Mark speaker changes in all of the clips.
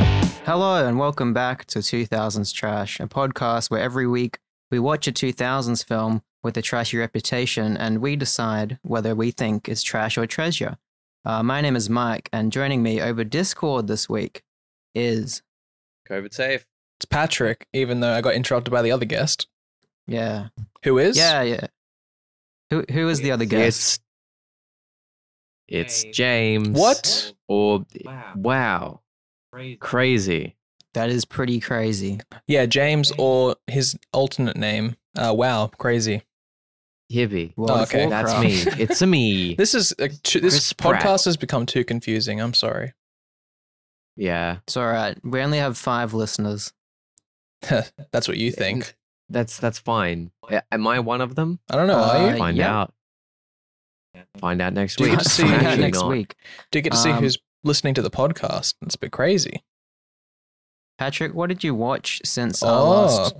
Speaker 1: Hello and welcome back to 2000s Trash, a podcast where every week we watch a 2000s film with a trashy reputation and we decide whether we think it's trash or treasure. Uh, my name is Mike, and joining me over Discord this week is,
Speaker 2: COVID safe.
Speaker 3: It's Patrick, even though I got interrupted by the other guest,
Speaker 1: yeah,
Speaker 3: who is
Speaker 1: yeah, yeah. Who who is the other guest?
Speaker 2: It's it's James.
Speaker 3: What?
Speaker 2: Or
Speaker 4: Wow.
Speaker 2: wow,
Speaker 4: Crazy.
Speaker 2: crazy.
Speaker 1: That is pretty crazy.
Speaker 3: yeah James or his alternate name. Uh, wow, crazy.
Speaker 2: Hibby.
Speaker 1: World of
Speaker 3: Oh, okay,
Speaker 2: That's
Speaker 1: Warcraft.
Speaker 2: me. It's a me.
Speaker 3: This is uh, too, this
Speaker 2: Chris
Speaker 3: podcast
Speaker 2: Pratt.
Speaker 3: has become too confusing. I'm sorry.
Speaker 2: yeah,
Speaker 1: It's all right. We only have five listeners.
Speaker 3: That's what you think.
Speaker 2: that's that's fine. A- Am I one of them?
Speaker 3: I don't know. are
Speaker 1: Uh,
Speaker 3: you?
Speaker 2: Find
Speaker 1: yeah.
Speaker 2: out. Find out next
Speaker 3: Do you
Speaker 2: week.
Speaker 3: get to see-
Speaker 2: Actually
Speaker 3: Yeah,
Speaker 1: next
Speaker 2: not.
Speaker 1: week.
Speaker 3: Do you get to see
Speaker 1: um,
Speaker 3: who's listening to the podcast? It's a bit crazy.
Speaker 1: Patrick, what did you watch since our
Speaker 3: Oh,
Speaker 1: last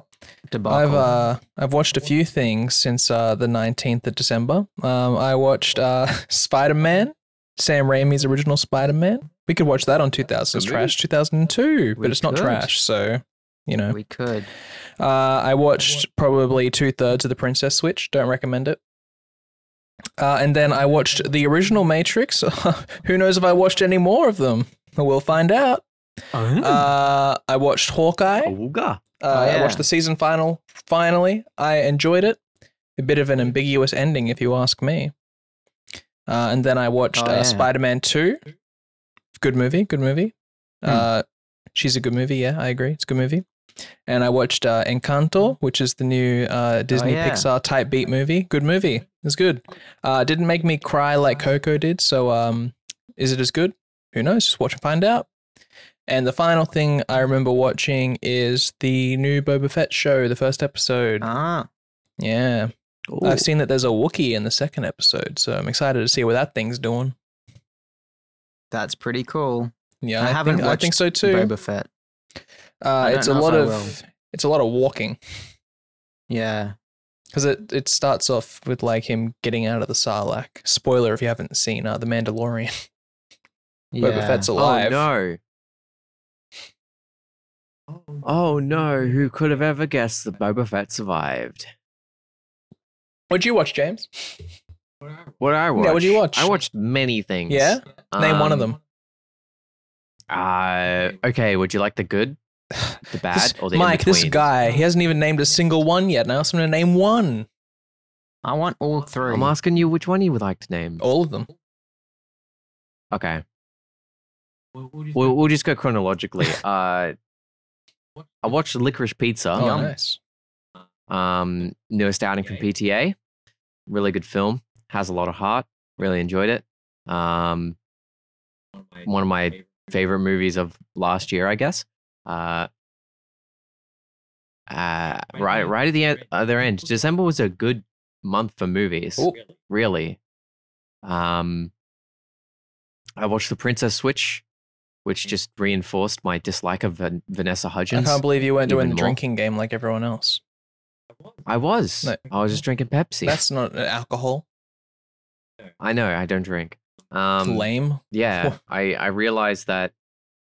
Speaker 1: debacle?
Speaker 3: I've uh, I've watched a few things since uh, the 19th of December. Um, I watched uh, Spider Man, Sam Raimi's original Spider Man. We could watch that on 2000s
Speaker 2: Good
Speaker 3: Trash 2002,
Speaker 1: We
Speaker 3: but it's not
Speaker 1: could.
Speaker 3: trash, so you know.
Speaker 1: we could.
Speaker 3: Uh, I watched probably two thirds of the Princess Switch. Don't recommend it. Uh, and then I watched the original Matrix. Who knows if I watched any more of them? We'll find out.
Speaker 1: Hmm.
Speaker 3: Uh, I watched Hawkeye.
Speaker 2: Ooga.
Speaker 3: Uh,
Speaker 1: Oh, yeah.
Speaker 3: I watched the season final. Finally, I enjoyed it. A bit of an ambiguous ending, if you ask me. Uh, and then I watched
Speaker 1: Oh,
Speaker 3: uh,
Speaker 1: yeah.
Speaker 3: Spider-Man Two. Good movie. Good movie.
Speaker 1: Hmm.
Speaker 3: Uh, she's a good movie. Yeah, I agree. It's a good movie. And I watched uh, Encanto, which is the new uh, Disney
Speaker 1: Oh, yeah.
Speaker 3: Pixar type beat movie. Good movie. It's good. Uh, it didn't make me cry like Coco did. So, um, is it as good? Who knows? Just watch and find out. And the final thing I remember watching is the new Boba Fett show, the first episode.
Speaker 1: Ah,
Speaker 3: yeah.
Speaker 2: Ooh.
Speaker 3: I've seen that there's a Wookiee in the second episode. So I'm excited to see what that thing's doing.
Speaker 1: that's pretty cool.
Speaker 3: Yeah.
Speaker 1: I haven't
Speaker 3: think, I think
Speaker 1: watched
Speaker 3: so too.
Speaker 1: Boba Fett.
Speaker 3: Uh,
Speaker 1: I
Speaker 3: it's a
Speaker 1: don't know if
Speaker 3: lot
Speaker 1: I
Speaker 3: of
Speaker 1: will.
Speaker 3: it's a lot of walking
Speaker 1: Yeah.
Speaker 3: because it, it starts off with like him getting out of the Sarlacc. Spoiler if you haven't seen uh, the Mandalorian.
Speaker 1: yeah.
Speaker 3: Boba Fett's
Speaker 2: Oh
Speaker 3: alive.
Speaker 2: no. Oh no. Who could have ever guessed that Boba Fett survived?
Speaker 3: What'd you watch, James?
Speaker 2: What I watched?
Speaker 3: Yeah, what'd you watch?
Speaker 2: I watched many things.
Speaker 3: Yeah. Name one of them.
Speaker 2: Um, Uh, okay. Would you like the good,
Speaker 1: Um,
Speaker 2: the bad,
Speaker 3: This-
Speaker 2: or the
Speaker 3: Mike, this
Speaker 2: in-between?
Speaker 3: guy, he hasn't even named a single one yet. and I asked him to name one.
Speaker 1: I want all 3
Speaker 2: I'm asking you which one you would like to name.
Speaker 3: All of them. Oh.
Speaker 2: Okay, we'll, we'll just go chronologically. Uh, I watched Licorice
Speaker 3: Oh,
Speaker 2: Pizza,
Speaker 3: nice.
Speaker 2: um, newest outing from PTA. Really good film. Has a lot of heart. Really enjoyed it. Um, one of my favorite movies of last year, I guess. Uh, uh, right, right at the end, other end. December was a good month for movies.
Speaker 3: Oh.
Speaker 2: really. Um, I watched The Princess Switch, which just reinforced my dislike of Van- Vanessa
Speaker 3: I
Speaker 2: Hudgens.
Speaker 3: can't believe you weren't doing
Speaker 2: even
Speaker 3: the
Speaker 2: more.
Speaker 3: drinking game like everyone else.
Speaker 2: I was.
Speaker 3: No.
Speaker 2: I was just drinking Pepsi.
Speaker 3: That's not uh, alcohol.
Speaker 2: I know. I don't drink.
Speaker 3: It's
Speaker 2: Um,
Speaker 3: Lame.
Speaker 2: yeah, I I realized that.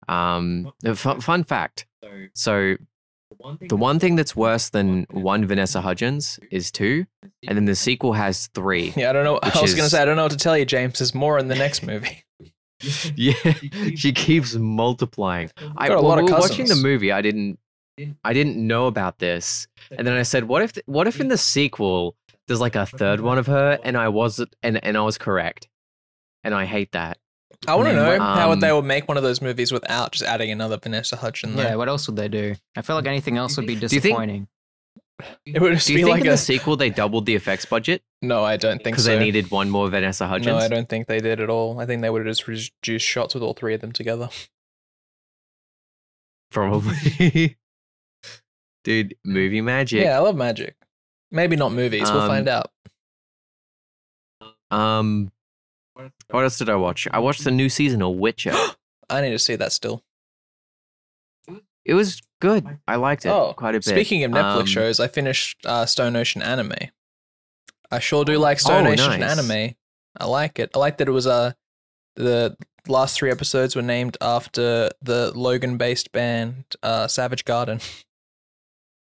Speaker 2: Um, fun, fun fact. So the one thing that's worse than one Vanessa Hudgens is two, and then the sequel has three.
Speaker 3: Yeah, I don't know.
Speaker 2: Which
Speaker 3: I was going to
Speaker 2: is-
Speaker 3: say, I don't know what to tell you, James. There's more in the next movie.
Speaker 2: Yeah, she keeps multiplying. I,
Speaker 3: Got a
Speaker 2: while
Speaker 3: lot of
Speaker 2: we were watching the
Speaker 3: cousins.
Speaker 2: movie, I didn't, I didn't know about this, and then I said, "What if, what if in the sequel there's like a third one of her?" And I was, and and I was correct, and I hate that.
Speaker 3: I want to
Speaker 1: Mm,
Speaker 3: know how would they
Speaker 2: um,
Speaker 3: would make one of those movies without just adding another Vanessa Hudgens.
Speaker 1: yeah.
Speaker 3: Yeah,
Speaker 1: What else would they do? I feel like anything else would be
Speaker 2: you think-
Speaker 1: disappointing.
Speaker 3: it would just
Speaker 2: Do you
Speaker 3: be
Speaker 2: think
Speaker 3: like
Speaker 2: in
Speaker 3: a.
Speaker 2: the sequel they doubled the effects budget
Speaker 3: no, I don't think
Speaker 2: because
Speaker 3: so.
Speaker 2: they needed one more Vanessa Hudgens?
Speaker 3: no, I don't think they did at all. I think they would have just reduced shots with all three of them together.
Speaker 2: Probably. Dude, movie magic.
Speaker 3: Yeah, I love magic. Maybe not movies. we'll
Speaker 2: Um,
Speaker 3: find out.
Speaker 2: Um, what else did I watch? I watched the new season of Witcher.
Speaker 3: I need to see that still.
Speaker 2: it was good. I liked it
Speaker 3: Oh,
Speaker 2: quite a bit.
Speaker 3: Speaking of Netflix
Speaker 2: Um,
Speaker 3: shows, I finished uh, Stone Ocean anime. I sure do like Stone
Speaker 2: Oh,
Speaker 3: Ocean
Speaker 2: nice.
Speaker 3: anime. I like it. I like that it was uh, the last three episodes were named after the Logan based band uh, Savage Garden.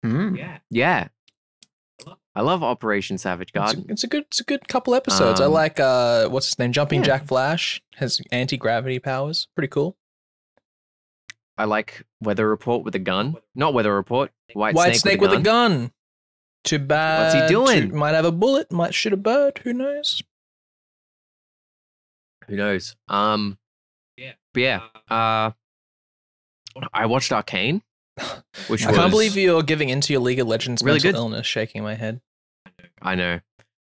Speaker 1: Hmm.
Speaker 2: Yeah. I love Operation Savage
Speaker 3: It's a,
Speaker 2: Garden.
Speaker 3: it's a good it's a good couple episodes. I
Speaker 2: Um,
Speaker 3: like uh what's his name? Jumping
Speaker 2: yeah.
Speaker 3: Jack Flash has anti gravity powers. Pretty cool.
Speaker 2: I like Weather Report with a gun. Not Weather Report. White,
Speaker 3: White
Speaker 2: Snake, with, a gun.
Speaker 3: gun. Too bad.
Speaker 2: doing?
Speaker 3: too- might have a bullet, might shoot a bird, who knows?
Speaker 2: Who knows? Um, yeah. But yeah. Uh, I watched Arcane, which
Speaker 3: I can't
Speaker 2: was-
Speaker 3: believe you're giving into your League of Legends
Speaker 2: Really
Speaker 3: mental
Speaker 2: good.
Speaker 3: illness, shaking my head.
Speaker 2: I know.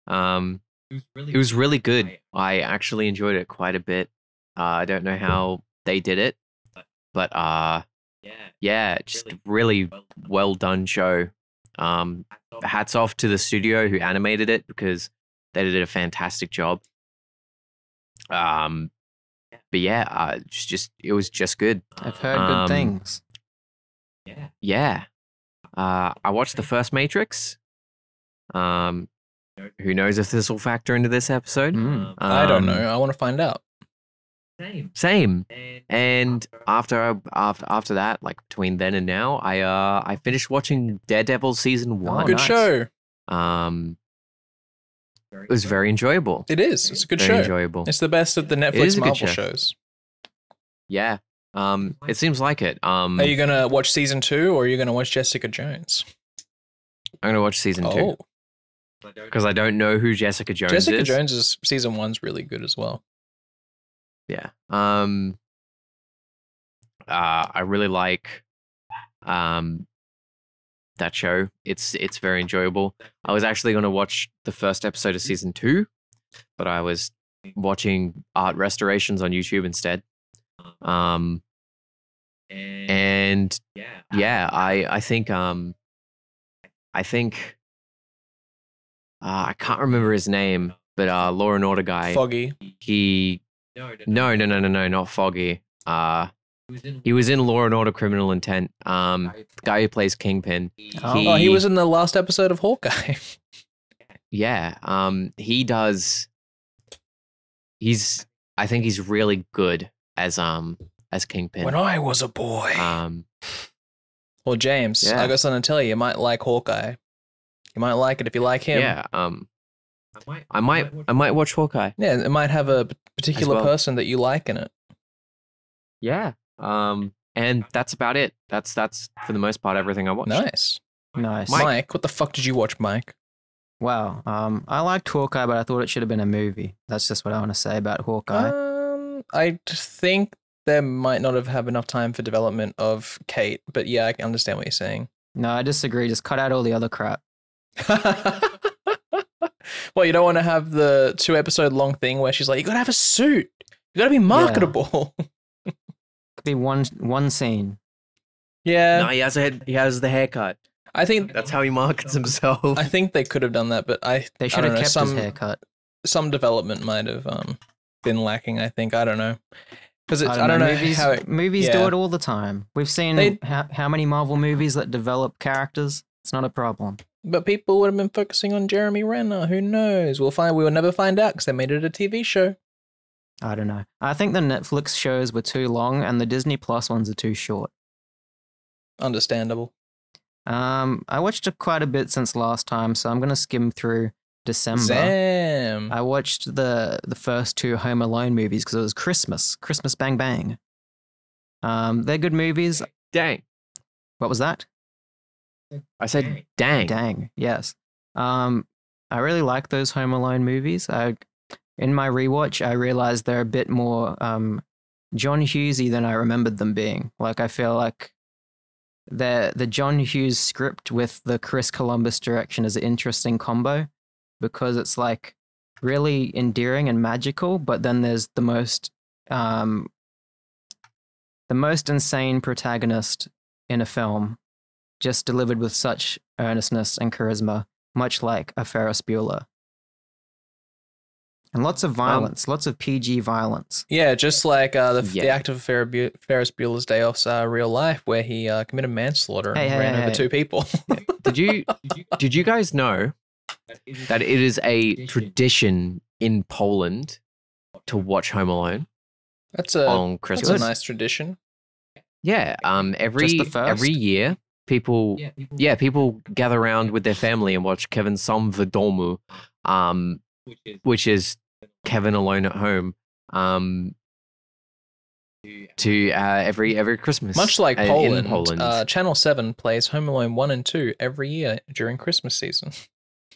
Speaker 2: Um, it was really good. I actually enjoyed it quite a bit. Uh, I don't know how they did it, but uh, yeah, just really well done show. Um, hats off to the studio who animated it because they did a fantastic job. Um, but yeah, uh, it's just it was just good.
Speaker 1: I've heard
Speaker 2: Um,
Speaker 1: good things.
Speaker 2: Yeah. Uh, I watched the first Matrix. Um, who knows if this will factor into this episode?
Speaker 1: Mm.
Speaker 3: I don't
Speaker 2: Um,
Speaker 3: know. I want to find out.
Speaker 2: Same. And after I- after after that, like between then and now, I uh I finished watching Daredevil season one.
Speaker 1: Oh,
Speaker 3: good
Speaker 1: nice.
Speaker 3: show.
Speaker 2: Um, it was very enjoyable.
Speaker 3: It is. It's a good
Speaker 2: very
Speaker 3: show.
Speaker 2: enjoyable.
Speaker 3: It's the best of the
Speaker 2: is
Speaker 3: Netflix
Speaker 2: a good
Speaker 3: Marvel
Speaker 2: show.
Speaker 3: shows.
Speaker 2: Yeah. Um, it seems like it. Um,
Speaker 3: Are you gonna watch season two or are you gonna watch Jessica Jones?
Speaker 2: I'm gonna watch season two
Speaker 3: Oh,
Speaker 2: because I don't know who Jessica Jones
Speaker 3: Jessica
Speaker 2: is.
Speaker 3: Jones is season one's really good as well.
Speaker 2: Yeah. Um uh I really like um that show. It's it's very enjoyable. I was actually going to watch the first episode of season 2, but I was watching art restorations on YouTube instead. Um and yeah, I I think um I think uh, I can't remember his name, but uh Law and Order guy
Speaker 3: Foggy.
Speaker 2: he no no no no no not foggy uh he was in law and order criminal intent um the guy who plays kingpin
Speaker 3: Oh, he was in the last episode of Hawkeye.
Speaker 2: yeah um he does he's i think he's really good as um as
Speaker 3: when
Speaker 2: kingpin
Speaker 3: I was a boy.
Speaker 2: um
Speaker 3: well, James,
Speaker 2: Yeah.
Speaker 3: I got something to tell you. You might like Hawkeye. You might like it if you like him.
Speaker 2: yeah um i might i might watch hawkeye
Speaker 3: Yeah, it might have a p- particular
Speaker 2: well.
Speaker 3: person that you like in it.
Speaker 2: yeah um and that's about it that's that's for the most part everything i watched
Speaker 3: Nice.
Speaker 1: Nice.
Speaker 3: Mike. what the fuck did you watch, Mike?
Speaker 1: Wow. Um, I liked Hawkeye, but I thought it should have been a movie. That's just what I want to say about Hawkeye.
Speaker 3: Um, I just think there might not have had enough time for development of Kate, but yeah, I can understand what you're saying.
Speaker 1: no, I disagree. Just cut out all the other crap.
Speaker 3: well, you don't want to have the two episode long thing where she's like, you gotta have a suit. You gotta be marketable. Yeah.
Speaker 1: Could be one one scene.
Speaker 2: no he has a head, he has the haircut
Speaker 3: I think
Speaker 2: that's how he markets himself
Speaker 3: I think they could have done that, but I
Speaker 1: They
Speaker 3: I
Speaker 1: should
Speaker 3: don't
Speaker 1: have
Speaker 3: know,
Speaker 1: kept
Speaker 3: some-
Speaker 1: his haircut.
Speaker 3: some development might have um been lacking. I think I don't know because it's I don't know,
Speaker 1: movies,
Speaker 3: how it,
Speaker 1: movies do
Speaker 3: yeah.
Speaker 1: it all the time. We've seen
Speaker 3: They-
Speaker 1: how, how many Marvel movies that develop characters. It's not a problem.
Speaker 3: but people would have been focusing on Jeremy Renner. Who knows? We'll find. We will never find out because they made it a TV show.
Speaker 1: I don't know. I think the Netflix shows were too long and the Disney Plus ones are too short.
Speaker 3: Understandable.
Speaker 1: Um, I watched it quite a bit since last time, so I'm gonna skim through December.
Speaker 3: Sam.
Speaker 1: I watched the the first two Home Alone movies because it was Christmas. Christmas Bang Bang. Um, they're good movies.
Speaker 2: dang
Speaker 1: What was that?
Speaker 2: i said dang
Speaker 1: Dang. Yes. Um, I really like those Home Alone movies. I, in my rewatch, I realized they're a bit more um, John Hughesy than I remembered them being. Like I feel like the the John Hughes script with the Chris Columbus direction is an interesting combo because it's like really endearing and magical, but then there's the most um, the most insane protagonist in a film, just delivered with such earnestness and charisma, much like a Ferris Bueller. And lots of violence, lots of PG violence.
Speaker 3: yeah, just like uh, the, the
Speaker 2: Yeah.
Speaker 3: act of Fer- Bu- Ferris Bueller's Day Off's uh, real life, where he uh, committed manslaughter and
Speaker 1: Hey, hey,
Speaker 3: ran
Speaker 1: hey,
Speaker 3: over
Speaker 1: hey.
Speaker 3: two people.
Speaker 2: Did you did you guys know that it is Uh, a tradition in Poland to watch Home Alone?
Speaker 3: That's a
Speaker 2: on
Speaker 3: that's
Speaker 2: Christmas.
Speaker 3: a nice tradition.
Speaker 2: Yeah. Um. Every
Speaker 1: first?
Speaker 2: every year, people. Yeah, people, gather around with their family and watch Kevin Som Vidomu, um, which is Kevin alone at home. Um. To uh, every every Christmas,
Speaker 3: Much like
Speaker 2: uh, in
Speaker 3: Poland,
Speaker 2: Poland.
Speaker 3: Uh, Channel Seven plays Home Alone One and Two every year during Christmas season.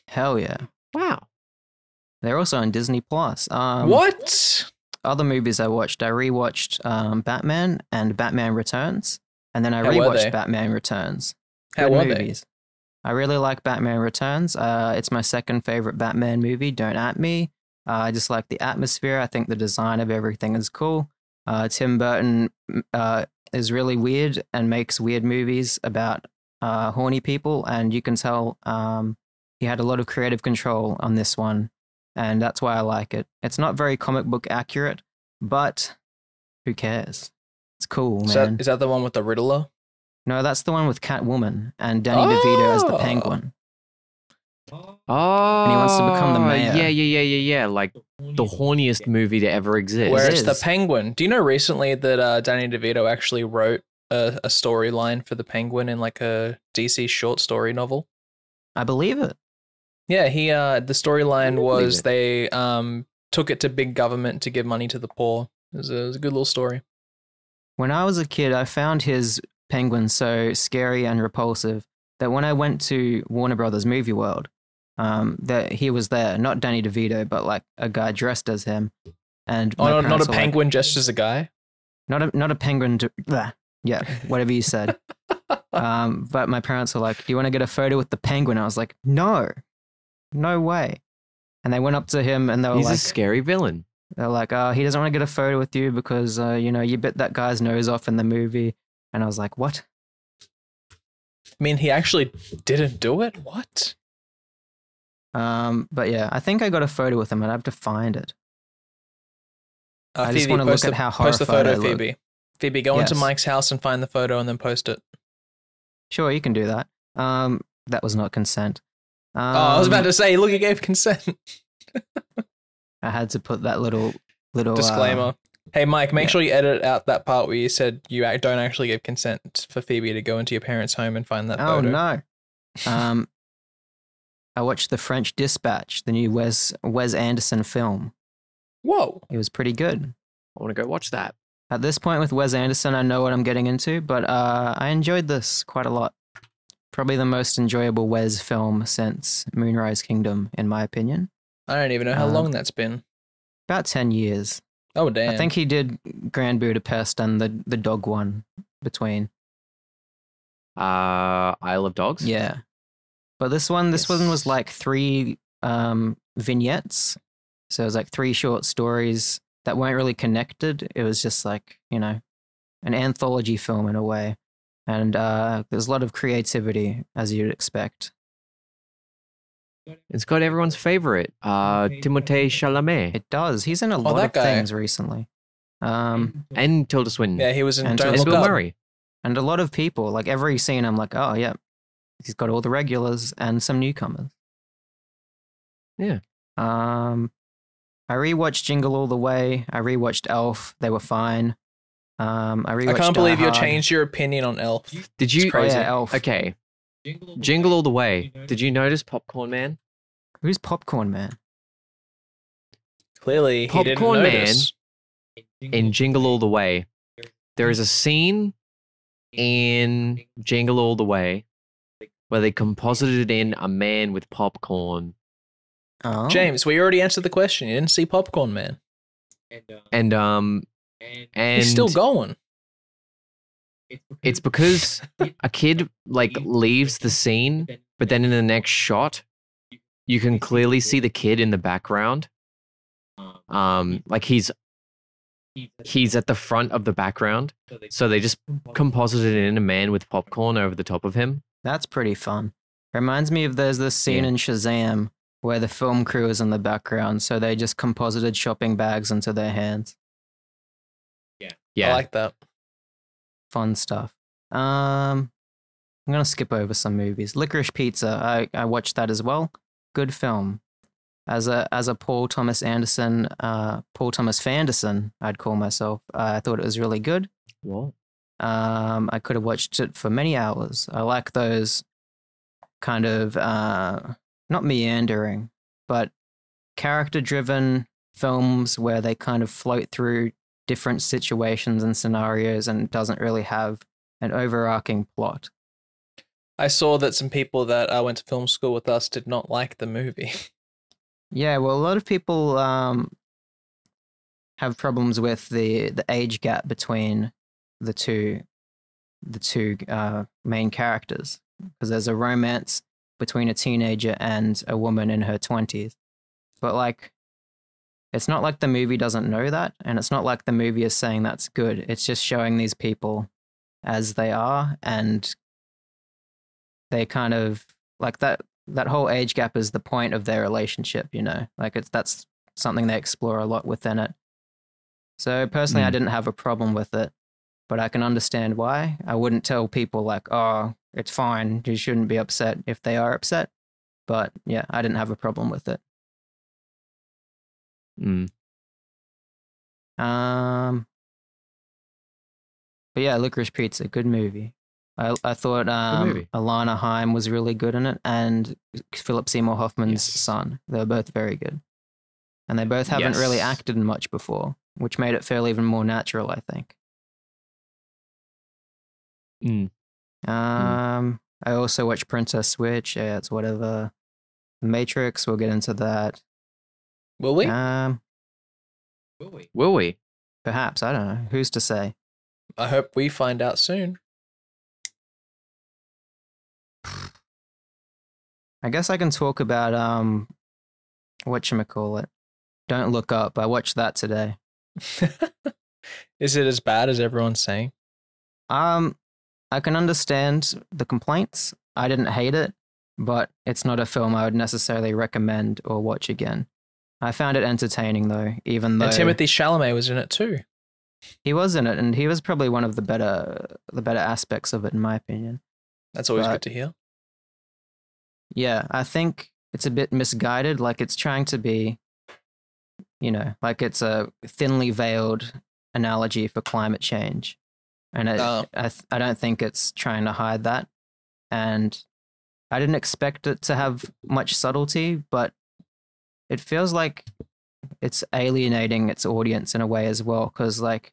Speaker 1: Hell yeah.
Speaker 2: wow.
Speaker 1: They're also on Disney Plus. Um,
Speaker 3: what?
Speaker 1: other movies I watched? I rewatched um, Batman and Batman Returns, and then I
Speaker 3: How were they?
Speaker 1: rewatched Batman Returns.
Speaker 3: How
Speaker 1: Good
Speaker 3: were
Speaker 1: movies. I really like Batman Returns. Uh, it's my second favorite Batman movie. Don't at me. Uh, I just like the atmosphere. I think the design of everything is cool. Uh, Tim Burton mm, uh, is really weird and makes weird movies about uh, horny people, and you can tell um, he had a lot of creative control on this one, and that's why I like it. It's not very comic book accurate, but who cares? It's cool, man.
Speaker 3: they? Is that, is that the one with the Riddler?
Speaker 1: No, that's the one with Catwoman and Danny DeVito as the
Speaker 3: Oh.
Speaker 1: penguin.
Speaker 2: Oh,
Speaker 1: he wants to become the mayor.
Speaker 2: Ah, Yeah, yeah, yeah, yeah, yeah. Like the horniest movie to ever exist.
Speaker 3: Where
Speaker 1: It
Speaker 3: it's the
Speaker 1: is.
Speaker 3: penguin. Do you know recently that uh, Danny DeVito actually wrote a, a storyline for the penguin in like a DC short story novel?
Speaker 1: I believe it.
Speaker 3: Yeah, he uh, the storyline
Speaker 2: believe
Speaker 3: was
Speaker 2: it.
Speaker 3: they um, took it to big government to give money to the poor. It was a, it was a good little story.
Speaker 1: When I was a kid, I found his penguin so scary and repulsive that when I went to Warner Brothers Movie World, um, that he was there, not Danny DeVito, but like a guy dressed as him. And
Speaker 3: Oh,
Speaker 1: my
Speaker 3: no, not
Speaker 1: parents
Speaker 3: a
Speaker 1: were like-
Speaker 3: penguin just as a guy.
Speaker 1: not a not a penguin. d- Blah. Yeah, whatever you said. um, but my parents were like, "Do you want to get a photo with the penguin?" I was like, "No, no way." And they went up to him and they were
Speaker 2: He's
Speaker 1: like,
Speaker 2: a scary villain.
Speaker 1: They're like, oh, he doesn't want to get a photo with you because, uh, you know, you bit that guy's nose off in the movie. And I was like, what?
Speaker 3: I mean, he actually didn't do it. What?
Speaker 1: Um, but yeah, I think I got a photo with him. I'd have to find it.
Speaker 3: Uh,
Speaker 1: I just wanna look
Speaker 3: post
Speaker 1: at
Speaker 3: the-
Speaker 1: how
Speaker 3: post the
Speaker 1: horrified I
Speaker 3: photo,
Speaker 1: look.
Speaker 3: Phoebe. Phoebe, go into
Speaker 1: Yes.
Speaker 3: Mike's house and find the photo and then post it.
Speaker 1: Sure, you can do that. Um, that was not consent. Um,
Speaker 3: oh, I was about to say, look, he gave consent.
Speaker 1: I had to put that little little uh,
Speaker 3: Disclaimer. hey, Mike, make
Speaker 1: yeah.
Speaker 3: sure you edit out that part where you said you ac- don't actually give consent for Phoebe to go into your parents' home and find that
Speaker 1: oh
Speaker 3: photo.
Speaker 1: no. Um, I watched The French Dispatch, the new Wes Wes Anderson film.
Speaker 3: Whoa.
Speaker 1: It was pretty good.
Speaker 2: I want to go watch that.
Speaker 1: At this point with Wes Anderson, I know what I'm getting into, but uh, I enjoyed this quite a lot. Probably the most enjoyable Wes film since Moonrise Kingdom, in my opinion.
Speaker 3: I don't even know how
Speaker 1: Um,
Speaker 3: long that's been.
Speaker 1: About 10 years.
Speaker 3: Oh, damn.
Speaker 1: I think he did Grand Budapest and the, the dog one between.
Speaker 2: Uh, Isle of Dogs.
Speaker 1: Yeah. But this one, this one
Speaker 2: Yes.
Speaker 1: was like three um, vignettes. So it was like three short stories that weren't really connected. It was just like, you know, an anthology film in a way. And uh, there's a lot of creativity, as you'd expect.
Speaker 2: It's got everyone's favorite, uh, Timothée Chalamet
Speaker 1: It does. He's in a lot
Speaker 3: that
Speaker 1: of
Speaker 3: guy. Mm.
Speaker 1: things recently. Um,
Speaker 2: and Tilda Swinton
Speaker 3: yeah, he was in
Speaker 1: And
Speaker 3: Don't
Speaker 2: and
Speaker 1: Look
Speaker 2: Bill
Speaker 3: Look Up.
Speaker 2: Murray.
Speaker 1: and a lot of people, like every scene, I'm like, oh, yeah, he's got all the regulars and some newcomers.
Speaker 2: Yeah.
Speaker 1: Um, I rewatched Jingle All the Way. I rewatched Elf. They were fine. Um, I rewatched.
Speaker 3: I can't believe
Speaker 1: Die
Speaker 3: you
Speaker 1: Hard.
Speaker 3: changed your opinion on Elf.
Speaker 2: Did you?
Speaker 3: It's crazy.
Speaker 1: Oh, yeah, Elf.
Speaker 2: Okay. Jingle all the way. Did you notice Popcorn Man?
Speaker 1: Who's Popcorn Man?
Speaker 3: Clearly, he didn't
Speaker 2: Popcorn Man.
Speaker 3: notice.
Speaker 2: In Jingle All the Way, there is a scene in Jingle All the Way where they composited in a man with popcorn
Speaker 1: Oh,
Speaker 3: James, we already answered the question. You didn't see Popcorn Man.
Speaker 2: and um and
Speaker 3: He's still going.
Speaker 2: it's because a kid like leaves the scene but then in the next shot you can clearly see the kid in the background um like he's he's at the front of the background so they just composited in a man with popcorn over the top of him
Speaker 1: That's pretty fun. Reminds me of there's this scene
Speaker 2: Yeah.
Speaker 1: in Shazam where the film crew is in the background, so they just composited shopping bags into their hands.
Speaker 3: I
Speaker 2: yeah
Speaker 3: like that.
Speaker 1: Fun stuff. Um, I'm gonna skip over some movies. Licorice Pizza. I I watched that as well. Good film. as a as a Paul Thomas Anderson, uh, Paul Thomas Fanderson, I'd call myself. Uh, I thought it was really good.
Speaker 2: What?
Speaker 1: Um, I could have watched it for many hours. I like those kind of uh, not meandering, but character driven films where they kind of float through different situations and scenarios and it doesn't really have an overarching plot.
Speaker 3: I saw that some people that uh, went to film school with us did not like the movie.
Speaker 1: Yeah, well, a lot of people um, have problems with the, the age gap between the two the two uh, main characters because there's a romance between a teenager and a woman in her twenties, but like. It's not like the movie doesn't know that, and it's not like the movie is saying that's good. It's just showing these people as they are, and they kind of like that that whole age gap is the point of their relationship, you know. Like it's that's something they explore a lot within it. So personally, I
Speaker 2: Mm.
Speaker 1: didn't have a problem with it, but I can understand why. I wouldn't tell people like, "Oh, it's fine. You shouldn't be upset if they are upset." But yeah, I didn't have a problem with it.
Speaker 2: Mm.
Speaker 1: Um But yeah, Licorice Pizza, good movie. I I thought um
Speaker 2: movie.
Speaker 1: Alana Heim was really good in it and Philip Seymour Hoffman's
Speaker 3: Yes.
Speaker 1: son. They were both very good. And they both haven't really
Speaker 2: Yes.
Speaker 1: acted in much before, which made it feel even more natural, I think.
Speaker 2: Mm.
Speaker 1: Um I also watched Princess Switch, yeah, it's whatever. Matrix, we'll get into that.
Speaker 3: Will we?
Speaker 1: Um
Speaker 2: Will we?
Speaker 1: perhaps, I don't know. Who's to say?
Speaker 3: I hope we find out soon.
Speaker 1: I guess I can talk about um whatchamacallit. Don't look up. I watched that today.
Speaker 3: Is it as bad as everyone's saying?
Speaker 1: Um I can understand the complaints. I didn't hate it, but it's not a film I would necessarily recommend or watch again. I found it entertaining though, even though
Speaker 3: And Timothy Chalamet was in it too.
Speaker 1: he was in it and he was probably one of the better the better aspects of it in my opinion.
Speaker 3: That's always
Speaker 1: Right.
Speaker 3: good to hear.
Speaker 1: Yeah, I think it's a bit misguided. Like it's trying to be, you know, like it's a thinly veiled analogy for climate change, and I
Speaker 3: Oh.
Speaker 1: I, th- I don't think it's trying to hide that. And I didn't expect it to have much subtlety, but it feels like it's alienating its audience in a way as well, because like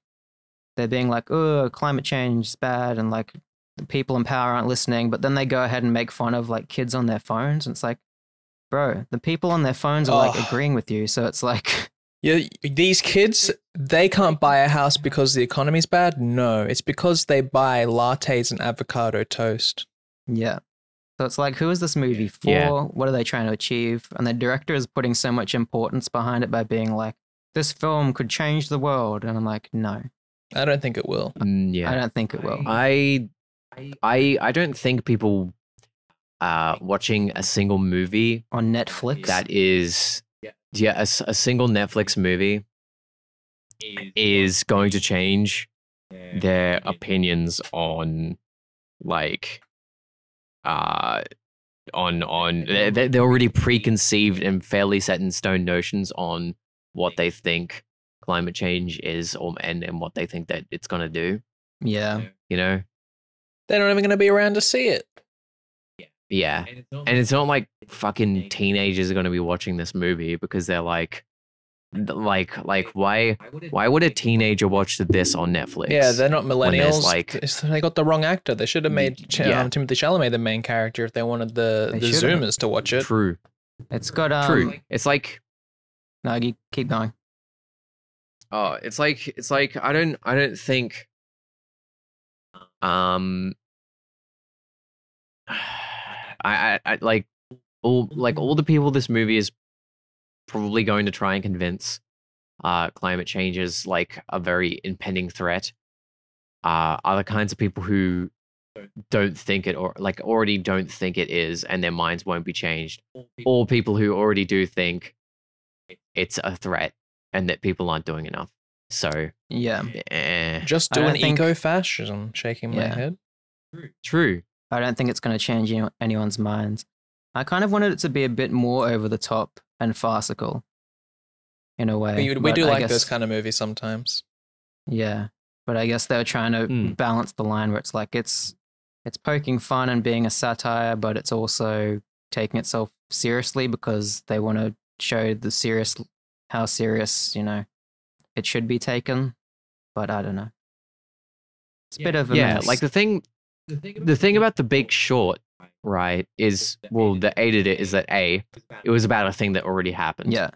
Speaker 1: they're being like, "Oh, climate change is bad," and like the people in power aren't listening, but then they go ahead and make fun of like kids on their phones. And it's like, bro, the people on their phones are
Speaker 3: Ugh.
Speaker 1: like agreeing with you. So it's like,
Speaker 3: Yeah, these kids, they can't buy a house because the economy's bad. No, it's because they buy lattes and avocado toast.
Speaker 1: yeah. So it's like, who is this movie for?
Speaker 2: Yeah.
Speaker 1: What are they trying to achieve? And the director is putting so much importance behind it by being like, this film could change the world. And I'm like, no,
Speaker 3: I don't think it will.
Speaker 2: Mm, yeah.
Speaker 1: I don't think it will.
Speaker 2: I I I don't think people uh watching a single movie
Speaker 1: on Netflix,
Speaker 2: that is yeah a, s- a single Netflix movie is going to change their opinions on like uh on on they- they- they're already preconceived and fairly set in stone notions on what they think climate change is or and, and what they think that it's going to do
Speaker 1: yeah.
Speaker 2: you know
Speaker 3: They're not even going to be around to see it.
Speaker 2: Yeah. And it's not, like fucking teenagers are going to be watching this movie because they're like th- like like why why would a teenager watch this on Netflix?
Speaker 3: Yeah, they're not
Speaker 2: there's,
Speaker 3: millennials.
Speaker 2: like-
Speaker 3: Like they got the wrong actor. They should have
Speaker 2: Y-
Speaker 3: made Ch-
Speaker 2: yeah.
Speaker 3: um, Timothy Chalamet the main character if they wanted the,
Speaker 1: They
Speaker 3: the
Speaker 1: should've.
Speaker 3: Zoomers to watch it.
Speaker 2: true.
Speaker 1: It's got, um,
Speaker 2: True. it's like
Speaker 1: no, you keep going.
Speaker 2: oh, it's like it's like I don't I don't think um I I, I like all like all the people this movie is probably going to try and convince uh climate change is like a very impending threat uh are the kinds of people who don't think it or like already don't think it is and their minds won't be changed or people who already do think it's a threat and that people aren't doing enough so
Speaker 1: Yeah.
Speaker 2: eh,
Speaker 3: Just
Speaker 1: I
Speaker 3: do
Speaker 1: don't
Speaker 3: an
Speaker 1: think-
Speaker 3: eco fascism, shaking my
Speaker 1: Yeah.
Speaker 3: head.
Speaker 2: true
Speaker 1: I don't think it's going to change any- anyone's minds. I kind of wanted it to be a bit more over the top and farcical in a way.
Speaker 3: We, we
Speaker 1: But
Speaker 3: do
Speaker 1: I
Speaker 3: like
Speaker 1: guess-
Speaker 3: those kind of movies sometimes.
Speaker 1: Yeah, but I guess they were trying to
Speaker 2: Hmm.
Speaker 1: balance the line where it's like it's it's poking fun and being a satire, but it's also taking itself seriously because they want to show the serious how serious you know it should be taken. But I don't know. It's a bit of a
Speaker 2: yeah,
Speaker 1: mess.
Speaker 2: like the thing, the thing about the Big Short, right, is well, that aided it is that a, it was about a thing that already happened.
Speaker 1: yeah,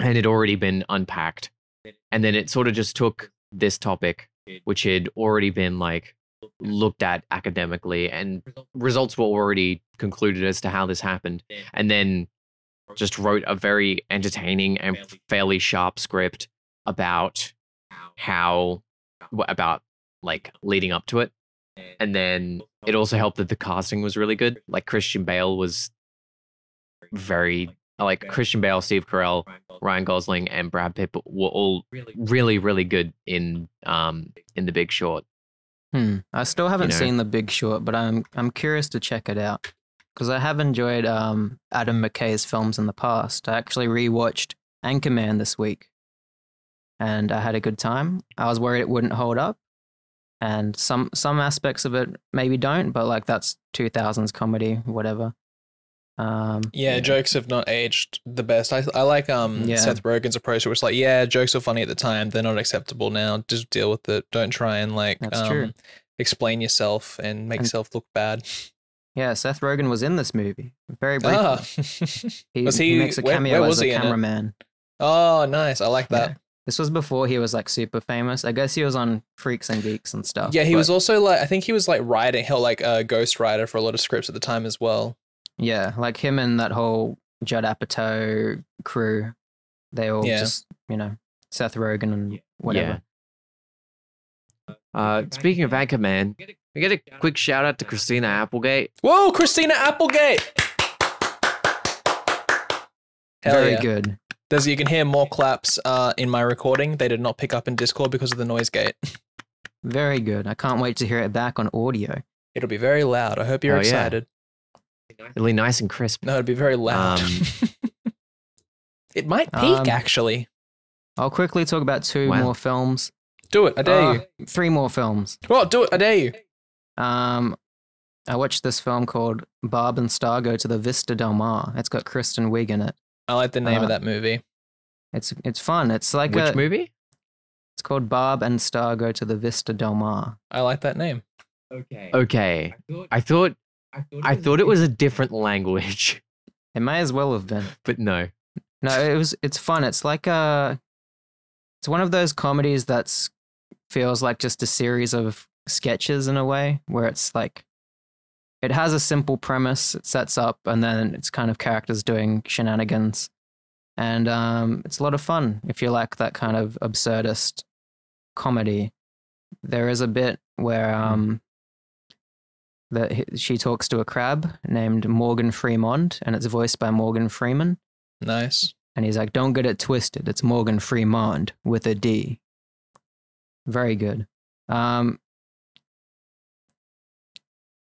Speaker 2: and had already been unpacked. And then it sort of just took this topic, which had already been like looked at academically, and results were already concluded as to how this happened, and then just wrote a very entertaining and fairly sharp script about how wh- about like leading up to it. And then it also helped that the casting was really good. Like Christian Bale was very like Christian Bale, Steve Carell, Ryan Gosling and Brad Pitt were all really, really good in um in The Big Short.
Speaker 1: Hmm. I still haven't
Speaker 2: know.
Speaker 1: seen The Big Short, but I'm I'm curious to check it out because I have enjoyed um, Adam McKay's films in the past. I actually rewatched Anchorman this week, and I had a good time. I was worried it wouldn't hold up, and some some aspects of it maybe don't, but like that's 2000s comedy, whatever. Um,
Speaker 3: Yeah, jokes have not aged the best. I, I like um
Speaker 1: Yeah.
Speaker 3: Seth Rogen's approach, which is like, yeah, jokes are funny at the time, they're not acceptable now. Just deal with it. Don't try and like
Speaker 1: That's
Speaker 3: um,
Speaker 1: true.
Speaker 3: explain yourself and make
Speaker 1: And-
Speaker 3: yourself look bad.
Speaker 1: yeah, Seth Rogen was in this movie. Very briefly.
Speaker 3: Ah.
Speaker 1: he,
Speaker 3: was
Speaker 1: he
Speaker 3: he-
Speaker 1: makes a
Speaker 3: where-
Speaker 1: cameo
Speaker 3: where was
Speaker 1: as a
Speaker 3: he in it?
Speaker 1: cameraman.
Speaker 3: oh, nice. I like that.
Speaker 1: This was before he was like super famous. I guess he was on Freaks and Geeks and stuff.
Speaker 3: Yeah, he
Speaker 1: but-
Speaker 3: was also like I think he was like writing hell like a ghost writer for a lot of scripts at the time as well.
Speaker 1: Yeah, like him and that whole Judd Apatow crew. They all
Speaker 3: Yeah.
Speaker 1: just, you know, Seth Rogen and whatever.
Speaker 2: Uh, speaking of Anchorman, we get a quick shout out to Christina Applegate.
Speaker 3: Whoa, Christina Applegate. Hell
Speaker 1: Very
Speaker 3: yeah.
Speaker 1: good.
Speaker 3: There's you can hear more claps uh, in my recording. They did not pick up in Discord because of the noise gate.
Speaker 1: Very good. I can't wait to hear it back on audio.
Speaker 3: It'll be very loud. I hope you're
Speaker 2: Oh, yeah.
Speaker 3: excited.
Speaker 2: Really nice and crisp.
Speaker 3: No, it'll be very loud.
Speaker 2: Um,
Speaker 3: it might peak
Speaker 1: Um,
Speaker 3: actually.
Speaker 1: I'll quickly talk about two
Speaker 2: Wow.
Speaker 1: more films.
Speaker 3: Do it. I dare you.
Speaker 1: Uh, Three more films.
Speaker 3: Well, do it. I dare you.
Speaker 1: Um, I watched this film called Barb and Star Go to the Vista Del Mar. It's got Kristen Wiig in it.
Speaker 3: I like the name
Speaker 1: uh,
Speaker 3: of that movie.
Speaker 1: It's it's fun. It's like
Speaker 2: Which
Speaker 1: a,
Speaker 2: movie?
Speaker 1: It's called Barb and Star Go to the Vista Del Mar.
Speaker 3: I like that name.
Speaker 2: Okay, I thought I thought it was a different language,
Speaker 1: It may as well have been.
Speaker 2: but no.
Speaker 1: No, it was. It's fun. It's like a. It's one of those comedies that's feels like just a series of sketches in a way, where it's like, it has a simple premise. It sets up, and then it's kind of characters doing shenanigans, and um, it's a lot of fun if you like that kind of absurdist comedy. There is a bit where um, that he- she talks to a crab named Morgan Fremont, and it's voiced by Morgan Freeman.
Speaker 3: Nice.
Speaker 1: And he's like, don't get it twisted. It's Morgan Fremont with a D. Very good. Um,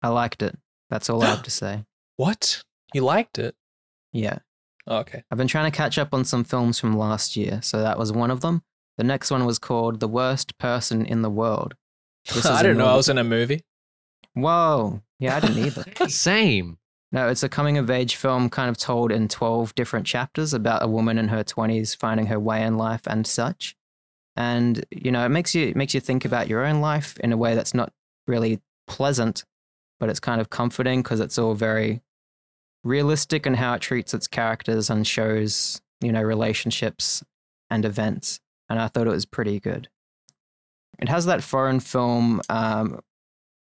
Speaker 1: I liked it. That's all I have to say.
Speaker 3: What? You liked it?
Speaker 1: Yeah.
Speaker 3: Oh, okay.
Speaker 1: I've been trying to catch up on some films from last year. So that was one of them. The next one was called The Worst Person in the World. This is
Speaker 3: I don't know. I
Speaker 1: another-
Speaker 3: was in a movie.
Speaker 1: Whoa. Yeah, I didn't either.
Speaker 2: Same.
Speaker 1: No, it's a coming of age film kind of told in 12 different chapters about a woman in her 20s finding her way in life and such. And, you know, it makes you, it makes you think about your own life in a way that's not really pleasant, but it's kind of comforting because it's all very realistic in how it treats its characters and shows, you know, relationships and events. And I thought it was pretty good. It has that foreign film, um,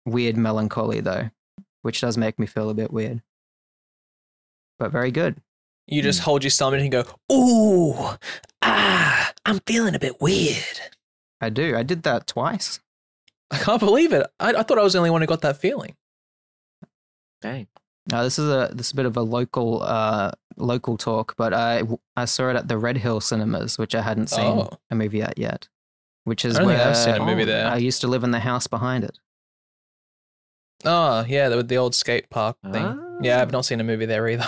Speaker 1: weird melancholy, though, which does make me feel a bit weird but very good.
Speaker 3: You just hold your stomach and go, ooh, ah, I'm feeling a bit weird.
Speaker 1: I do. I did that twice.
Speaker 3: I can't believe it. I, I thought I was the only one who got that feeling.
Speaker 2: Dang.
Speaker 1: Now this is a this is a bit of a local uh local talk, but I I saw it at the Red Hill Cinemas, which I hadn't seen
Speaker 3: Oh.
Speaker 1: a movie at yet, which is
Speaker 3: I don't
Speaker 1: where
Speaker 3: think I've seen a movie there.
Speaker 1: I used to live in the house behind it.
Speaker 3: Oh, yeah, the, the old skate park thing. Yeah,
Speaker 2: Ah.
Speaker 3: I've not seen a movie there either.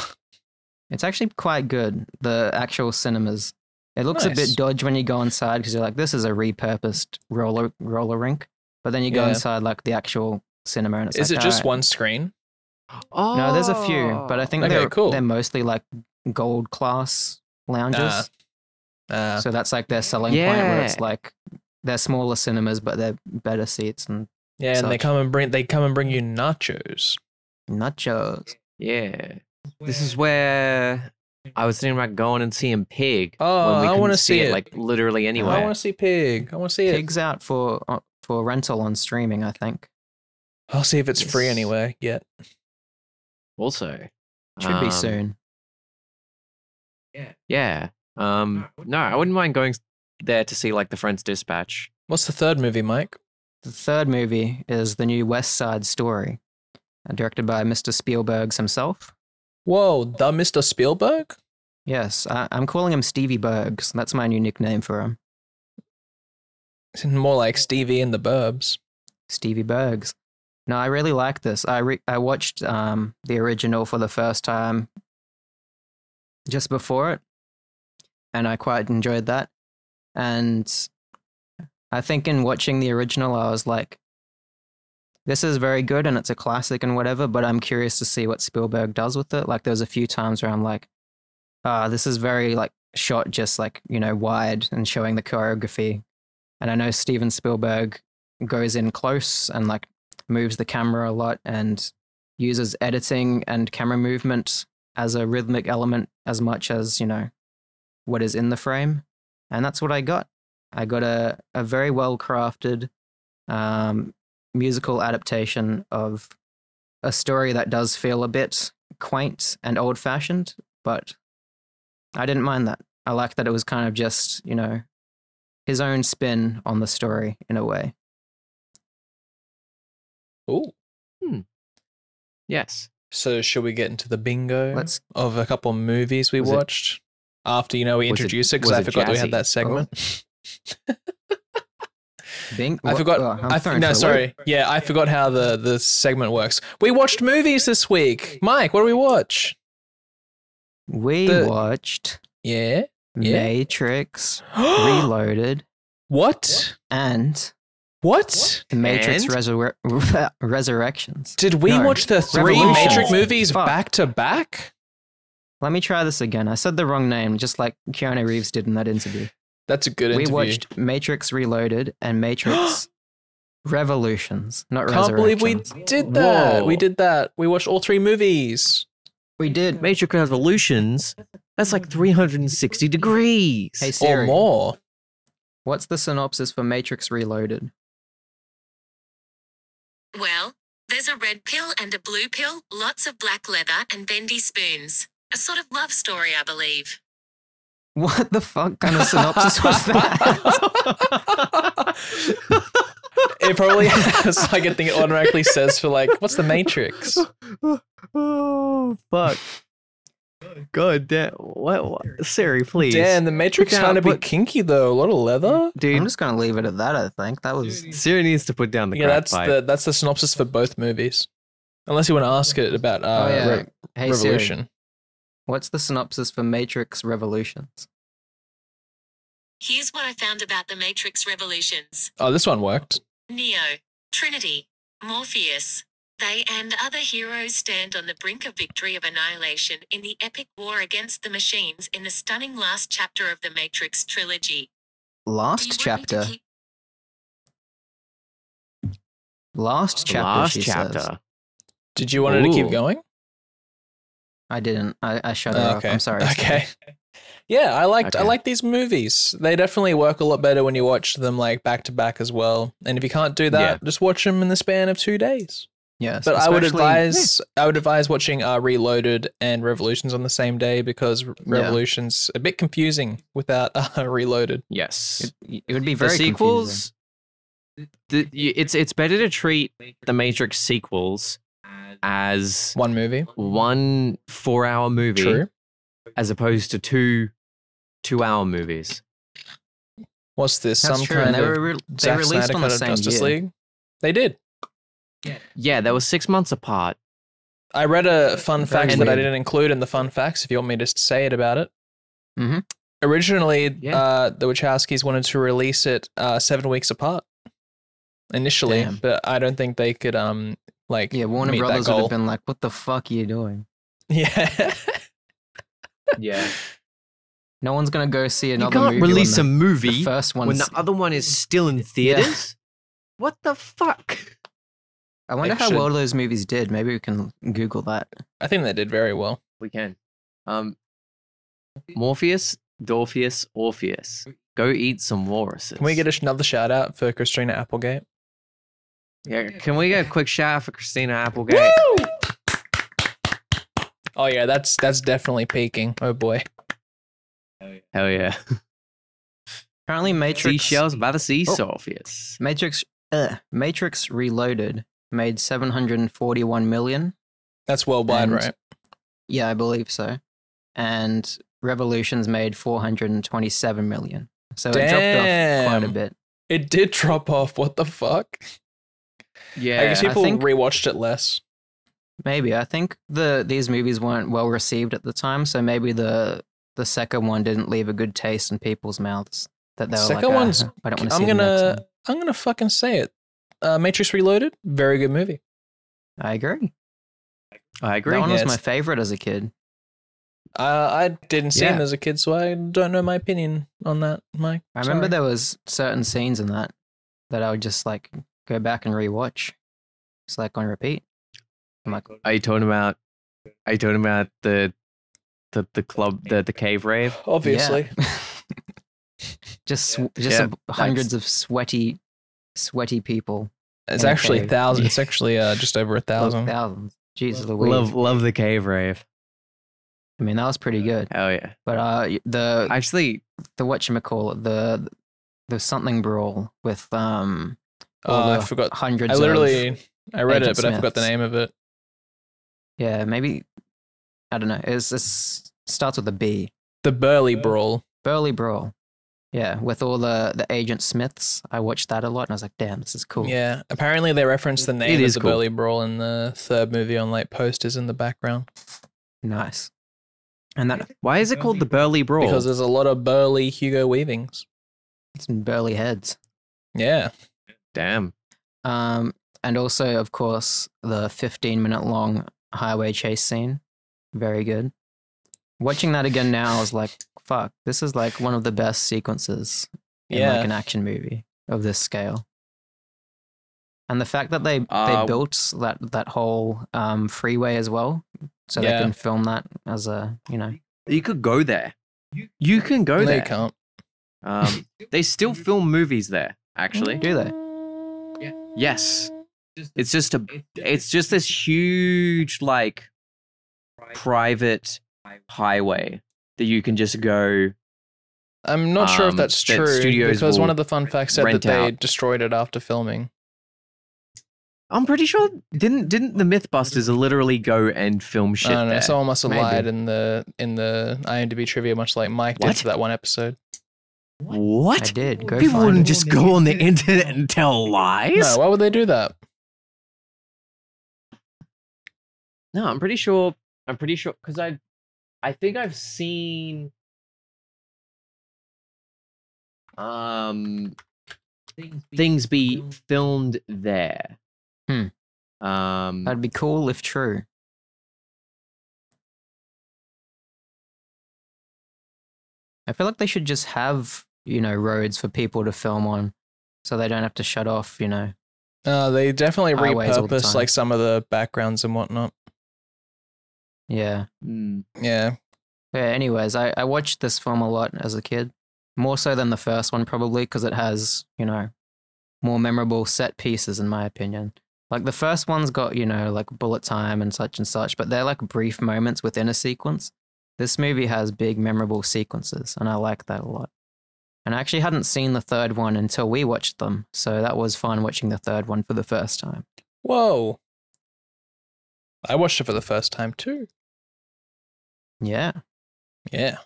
Speaker 1: It's actually quite good. The actual cinemas. It looks a
Speaker 3: Nice.
Speaker 1: bit dodgy when you go inside because you're like, this is a repurposed roller roller rink. But then you go
Speaker 3: Yeah.
Speaker 1: inside like the actual cinema and it's
Speaker 3: Is
Speaker 1: like,
Speaker 3: it just
Speaker 1: "Alright."
Speaker 3: one screen?
Speaker 2: Oh,
Speaker 1: No, there's a few, but I think
Speaker 3: Okay,
Speaker 1: they're
Speaker 3: cool.
Speaker 1: they're mostly like gold class lounges.
Speaker 3: Ah. Uh,
Speaker 1: so that's like their selling point where it's like they're smaller cinemas but they're better seats and
Speaker 3: yeah, and they
Speaker 1: such.
Speaker 3: come and bring they come and bring you nachos. Ah,
Speaker 1: nachos.
Speaker 2: yeah. This is where I was thinking about going and seeing Pig.
Speaker 3: Oh,
Speaker 2: when we
Speaker 3: I
Speaker 2: couldn't
Speaker 3: wanna
Speaker 2: see
Speaker 3: see
Speaker 2: it,
Speaker 3: it.
Speaker 2: like literally
Speaker 3: I
Speaker 2: anywhere.
Speaker 3: want to see Pig. I want to see it.
Speaker 1: Pigs out for uh, for rental on streaming, I think.
Speaker 3: I'll see if it's free
Speaker 2: Yes.
Speaker 3: anywhere yet.
Speaker 2: also,
Speaker 1: Should
Speaker 2: Um,
Speaker 1: be soon.
Speaker 2: Yeah. Um. No, I wouldn't mind going s- there to see like the French Dispatch.
Speaker 3: What's the third movie, Mike?
Speaker 1: The third movie is the new West Side Story, uh, directed by Mr. Spielberg himself.
Speaker 3: Whoa, the Mr. Spielberg?
Speaker 1: Yes, I, I'm calling him Stevie Berg. So that's my new nickname for him,
Speaker 3: It's more like Stevie and the Burbs.
Speaker 1: Stevie Bergs. No, I really like this. I re- I watched um, the original for the first time just before it, and I quite enjoyed that. And I think in watching the original, I was like, this is very good and it's a classic and whatever, but I'm curious to see what Spielberg does with it. Like, there's a few times where I'm like, ah, this is very, like, shot just, like, you know, wide and showing the choreography. And I know Steven Spielberg goes in close and, like, moves the camera a lot and uses editing and camera movement as a rhythmic element as much as, you know, what is in the frame. And that's what I got. I got a, a very well crafted um, musical adaptation of a story that does feel a bit quaint and old fashioned, but I didn't mind that. I liked that it was kind of just, you know, his own spin on the story in a way.
Speaker 3: Ooh.
Speaker 2: Yes.
Speaker 3: So should we get into the bingo
Speaker 1: Let's-
Speaker 3: of a couple movies we
Speaker 2: Was it-
Speaker 3: watched? After, you know, we
Speaker 2: Was it-
Speaker 3: introduced it because
Speaker 2: was
Speaker 3: I
Speaker 2: it
Speaker 3: forgot that we had
Speaker 2: jazzy?
Speaker 3: that segment.
Speaker 1: Bing,
Speaker 3: I
Speaker 1: wha-
Speaker 3: forgot.
Speaker 1: oh, I'm
Speaker 3: I
Speaker 1: thrown
Speaker 3: th- no,
Speaker 1: for a loop.
Speaker 3: sorry. Yeah, I forgot how the, the segment works. We watched movies this week. Mike, what do we watch?
Speaker 1: We
Speaker 3: The-
Speaker 1: watched
Speaker 3: Yeah. Yeah.
Speaker 1: Matrix Reloaded
Speaker 3: what?
Speaker 1: and
Speaker 3: What?
Speaker 1: the Matrix
Speaker 2: And?
Speaker 1: Resur- Resurrections.
Speaker 3: Did we
Speaker 1: No.
Speaker 3: watch the three
Speaker 1: Revolution.
Speaker 3: Matrix movies
Speaker 1: Fuck.
Speaker 3: back to back?
Speaker 1: Let me try this again. I said the wrong name, just like Keanu Reeves did in that interview.
Speaker 3: That's a good
Speaker 1: we
Speaker 3: interview.
Speaker 1: watched Matrix Reloaded and Matrix Revolutions, not
Speaker 3: Can't believe we
Speaker 1: Resurrections.
Speaker 3: did that.
Speaker 2: Whoa.
Speaker 3: We did that. We watched all three movies.
Speaker 1: we did.
Speaker 2: Matrix Revolutions. That's like 360 degrees.
Speaker 1: Hey Siri,
Speaker 3: Or more.
Speaker 1: what's the synopsis for Matrix Reloaded?
Speaker 4: Well, there's a red pill and a blue pill, lots of black leather and bendy spoons. A sort of love story, I believe.
Speaker 1: What the fuck kind of synopsis was that?
Speaker 3: It probably has like a thing it automatically says for like, what's the Matrix?
Speaker 2: oh fuck. God damn. What, what? Siri, please.
Speaker 3: Damn, the Matrix
Speaker 2: Look out,
Speaker 3: kind of bit
Speaker 2: what-
Speaker 3: kinky though. A lot of leather.
Speaker 1: I'm
Speaker 2: Dude,
Speaker 1: just gonna leave it at that. I think that was
Speaker 2: Siri needs to put down the
Speaker 3: Yeah,
Speaker 2: crack
Speaker 3: that's
Speaker 2: pipe.
Speaker 3: the that's the synopsis for both movies. Unless you want to ask it about uh,
Speaker 1: Oh, yeah.
Speaker 3: Re-
Speaker 1: hey Siri.
Speaker 3: Revolution.
Speaker 1: What's the synopsis for Matrix Revolutions?
Speaker 4: Here's what I found about the Matrix Revolutions
Speaker 3: Oh, this one worked.
Speaker 4: Neo, Trinity, Morpheus. They and other heroes stand on the brink of victory of annihilation in the epic war against the machines in the stunning last chapter of the Matrix trilogy. Do you
Speaker 1: Last
Speaker 4: want me to
Speaker 1: chapter.
Speaker 4: keep-
Speaker 1: Last chapter.
Speaker 2: last
Speaker 1: she
Speaker 2: chapter.
Speaker 1: Says.
Speaker 3: Did you want it to keep
Speaker 2: Ooh.
Speaker 3: going?
Speaker 1: I didn't. I, I shut her
Speaker 3: Oh, okay.
Speaker 1: up. I'm sorry.
Speaker 3: Okay. Yeah, I liked I
Speaker 2: Okay.
Speaker 3: like these movies. They definitely work a lot better when you watch them like back to back as well. And if you can't do that, just watch them in the span of two days.
Speaker 1: Yes.
Speaker 3: But I would
Speaker 1: especially-
Speaker 3: advise I would advise watching uh, Reloaded and Revolutions on the same day because Re- Revolutions a bit confusing without uh, Reloaded.
Speaker 2: Yes.
Speaker 1: It, it would be very
Speaker 2: the
Speaker 1: confusing.
Speaker 2: sequels. The, you- it's it's better to treat the Matrix sequels as
Speaker 3: One movie,
Speaker 2: one four-hour movie
Speaker 3: true.
Speaker 2: as opposed to two two-hour movies.
Speaker 3: What's this?
Speaker 1: That's
Speaker 3: some
Speaker 1: true.
Speaker 3: kind
Speaker 1: and they
Speaker 3: of
Speaker 1: were re- they
Speaker 3: Zack
Speaker 1: released
Speaker 3: Snyder
Speaker 1: on the
Speaker 3: cut of
Speaker 1: same
Speaker 3: Justice
Speaker 1: year.
Speaker 3: League. They did.
Speaker 2: Yeah, they were six months apart.
Speaker 3: I read a fun
Speaker 1: Very
Speaker 3: fact that I
Speaker 1: weird.
Speaker 3: didn't include in the fun facts. If you want me to s- say it about it,
Speaker 1: Mhm.
Speaker 3: originally
Speaker 2: Yeah.
Speaker 3: uh, the Wachowskis wanted to release it uh, seven weeks apart initially,
Speaker 1: Damn.
Speaker 3: but I don't think they could um like
Speaker 1: Yeah, Warner
Speaker 3: meet that
Speaker 1: Brothers would
Speaker 3: goal.
Speaker 1: have been like, "What the fuck are you doing?
Speaker 3: yeah
Speaker 2: Yeah.
Speaker 1: No one's gonna go see
Speaker 2: You
Speaker 1: another
Speaker 2: can't
Speaker 1: movie
Speaker 2: release a
Speaker 1: when the,
Speaker 2: movie
Speaker 1: the first one."
Speaker 2: when the other one is still in theaters. What the fuck?
Speaker 1: I wonder
Speaker 3: They
Speaker 1: how
Speaker 3: should.
Speaker 1: well those movies did. Maybe we can Google that.
Speaker 3: I think they did very well.
Speaker 2: We can. Um, Morpheus, Dorpheus, Orpheus. Go eat some walruses.
Speaker 3: Can we get another shout out for Christina Applegate?
Speaker 2: Yeah, can we get a quick shout out for Christina Applegate?
Speaker 3: Oh yeah, that's that's definitely peaking. Oh boy.
Speaker 2: Hell yeah.
Speaker 1: Apparently, Matrix
Speaker 2: Seashells by the sea,
Speaker 1: Oh.
Speaker 2: Orpheus.
Speaker 1: Matrix uh, Matrix Reloaded made 741 million.
Speaker 3: That's worldwide,
Speaker 1: And-
Speaker 3: right?
Speaker 1: Yeah, I believe so. And Revolutions made 427 million. So it dropped off quite
Speaker 3: Damn.
Speaker 1: a bit.
Speaker 3: It did drop off. What the fuck?
Speaker 2: Yeah.
Speaker 3: I guess
Speaker 1: I
Speaker 3: people
Speaker 1: think-
Speaker 3: rewatched it less.
Speaker 1: Maybe I think the these movies weren't well received at the time, so maybe the the second one didn't leave a good taste in people's mouths. That they were
Speaker 3: Second
Speaker 1: like, "Ah,
Speaker 3: one's-
Speaker 1: I don't want to see
Speaker 3: I'm
Speaker 1: the next
Speaker 3: gonna
Speaker 1: one."
Speaker 3: I'm gonna fucking say it. Uh, Matrix Reloaded, very good movie.
Speaker 1: I agree.
Speaker 2: I agree.
Speaker 1: That one was
Speaker 3: yeah,
Speaker 1: my
Speaker 3: it's-
Speaker 1: favorite as a kid.
Speaker 3: Uh, I didn't see
Speaker 2: Yeah.
Speaker 3: him as a kid, so I don't know my opinion on that, Mike.
Speaker 1: I remember
Speaker 3: Sorry.
Speaker 1: there was certain scenes in that that I would just like go back and rewatch. It's like on repeat. I'm like,
Speaker 2: Are you talking about? Are you talking about the, the the club the the cave rave?
Speaker 3: Obviously,
Speaker 1: yeah. just sw- just
Speaker 2: Yeah,
Speaker 1: a- hundreds of sweaty, sweaty people.
Speaker 3: it's
Speaker 1: Okay.
Speaker 3: actually a thousand.
Speaker 2: Yeah.
Speaker 3: It's actually uh, just over a
Speaker 1: Well,
Speaker 3: thousand.
Speaker 1: thousands. Jesus Louise.
Speaker 2: Love love the cave rave.
Speaker 1: I mean, that was pretty good.
Speaker 2: Hell yeah.
Speaker 1: But uh, y- the
Speaker 2: Actually,
Speaker 1: the what you call it the the something brawl with um all
Speaker 3: Uh, I
Speaker 1: the
Speaker 3: forgot.
Speaker 1: hundreds.
Speaker 3: I
Speaker 1: of-
Speaker 3: literally I read it,
Speaker 1: Agent
Speaker 3: but I forgot the
Speaker 1: Smiths.
Speaker 3: name of it.
Speaker 1: yeah, maybe I don't know. It's, it's starts with a B.
Speaker 3: The Burley Brawl.
Speaker 1: Burly Brawl. Yeah, with all the the Agent Smiths, I watched that a lot, and I was like, "Damn, this is cool."
Speaker 3: Yeah, apparently they reference the name
Speaker 2: is
Speaker 3: of the
Speaker 2: cool.
Speaker 3: Burley Brawl in the third movie on like posters in the background
Speaker 1: nice. And that
Speaker 2: why is it called the Burly Brawl?
Speaker 3: because there's a lot of burly Hugo Weavings.
Speaker 1: it's in burly heads.
Speaker 3: Yeah,
Speaker 2: Damn.
Speaker 1: Um, and also, of course, the 15 minute long highway chase scene, very good. Watching that again now, I was like, "Fuck, this is like one of the best sequences in
Speaker 3: yeah.
Speaker 1: like an action movie of this scale." And the fact that they
Speaker 2: Uh,
Speaker 1: they built that that whole um, freeway as well, so
Speaker 3: Yeah.
Speaker 1: they can film that as a you know
Speaker 2: You could go there. You can go
Speaker 3: no,
Speaker 2: there.
Speaker 3: you can't.
Speaker 2: Um, they still film movies there. Actually,
Speaker 1: do they?
Speaker 2: Yes. It's just a it's just this huge like private highway that you can just go
Speaker 3: I'm not sure if
Speaker 2: um,
Speaker 3: that's
Speaker 2: that
Speaker 3: true
Speaker 2: studios
Speaker 3: because one
Speaker 2: will
Speaker 3: of the fun facts said that
Speaker 2: rent
Speaker 3: they
Speaker 2: out.
Speaker 3: destroyed it after filming.
Speaker 2: I'm pretty sure didn't didn't the Mythbusters literally go and film shit
Speaker 3: I don't know.
Speaker 2: there?
Speaker 3: Someone must have
Speaker 1: Maybe.
Speaker 3: lied in the in the IMDb trivia, much like Mike did
Speaker 2: What?
Speaker 3: for that one episode.
Speaker 1: I
Speaker 2: what?
Speaker 1: did. Go
Speaker 2: People
Speaker 1: find
Speaker 2: wouldn't
Speaker 1: it.
Speaker 2: just go on the internet and tell lies.
Speaker 3: No, why would they do that?
Speaker 2: No, I'm pretty sure. I'm pretty sure because I, I think I've seen. Um, things be filmed there.
Speaker 1: Hmm.
Speaker 2: Um,
Speaker 1: That'd be cool if true. I feel like they should just have, you know, roads for people to film on so they don't have to shut off, you know.
Speaker 3: Uh, they definitely
Speaker 1: Highways all the
Speaker 3: repurpose
Speaker 1: time.
Speaker 3: like some of the backgrounds and whatnot.
Speaker 1: Yeah.
Speaker 2: mm,
Speaker 3: Yeah,
Speaker 1: Yeah, anyways, I, I watched this film a lot as a kid, more so than the first one, probably, because it has, you know, more memorable set pieces, in my opinion. Like the first one's got, you know, like bullet time and such and such, but they're like brief moments within a sequence. This movie has big, memorable sequences, and I like that a lot. And I actually hadn't seen the third one until we watched them, so that was fun watching the third one for the first time.
Speaker 3: Whoa. I watched it for the first time too.
Speaker 1: Yeah.
Speaker 3: Yeah.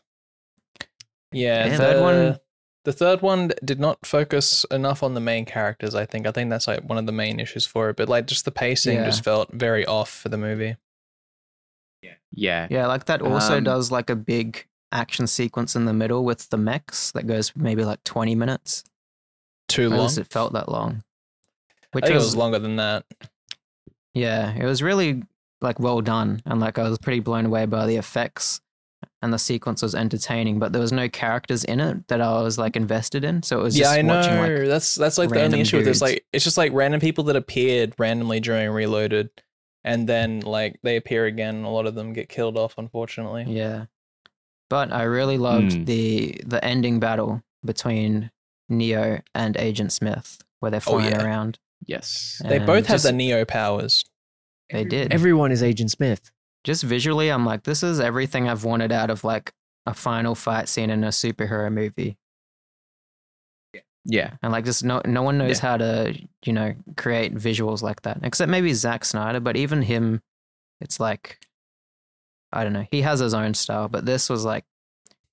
Speaker 3: Yeah.
Speaker 1: Yeah, third one-
Speaker 3: The third one did not focus enough on the main characters, I think. I think that's like one of the main issues for it. But like just the pacing
Speaker 1: Yeah.
Speaker 3: just felt very off for the movie.
Speaker 2: Yeah.
Speaker 1: Yeah, like that also
Speaker 2: Um,
Speaker 1: does like a big action sequence in the middle with the mechs that goes maybe like 20 minutes.
Speaker 3: Too
Speaker 1: Or at
Speaker 3: long.
Speaker 1: least it felt that long.
Speaker 3: I
Speaker 1: Which
Speaker 3: think it
Speaker 1: was,
Speaker 3: was longer than that.
Speaker 1: yeah, it was really like well done. And like I was pretty blown away by the effects and the sequence was entertaining, but there was no characters in it that I was like invested in. So it was
Speaker 3: yeah,
Speaker 1: just
Speaker 3: I know.
Speaker 1: watching like
Speaker 3: that's that's like the
Speaker 1: random
Speaker 3: only issue with this.
Speaker 1: dudes.
Speaker 3: Like, it's just like random people that appeared randomly during Reloaded, and then like they appear again. A lot of them get killed off, unfortunately.
Speaker 1: Yeah. But I really loved
Speaker 3: Hmm.
Speaker 2: Mm.
Speaker 1: the the ending battle between Neo and Agent Smith, where they're
Speaker 3: Oh,
Speaker 1: flying
Speaker 3: yeah.
Speaker 1: around.
Speaker 2: Yes.
Speaker 3: They
Speaker 1: and
Speaker 3: both have
Speaker 1: just-
Speaker 3: the Neo powers.
Speaker 1: They did.
Speaker 2: Everyone is Agent Smith.
Speaker 1: Just visually, I'm like, this is everything I've wanted out of like a final fight scene in a superhero movie.
Speaker 2: Yeah.
Speaker 1: And like, just no no one knows how to you know create visuals like that, except maybe Zack Snyder. But even him, it's like, I don't know. He has his own style, but this was like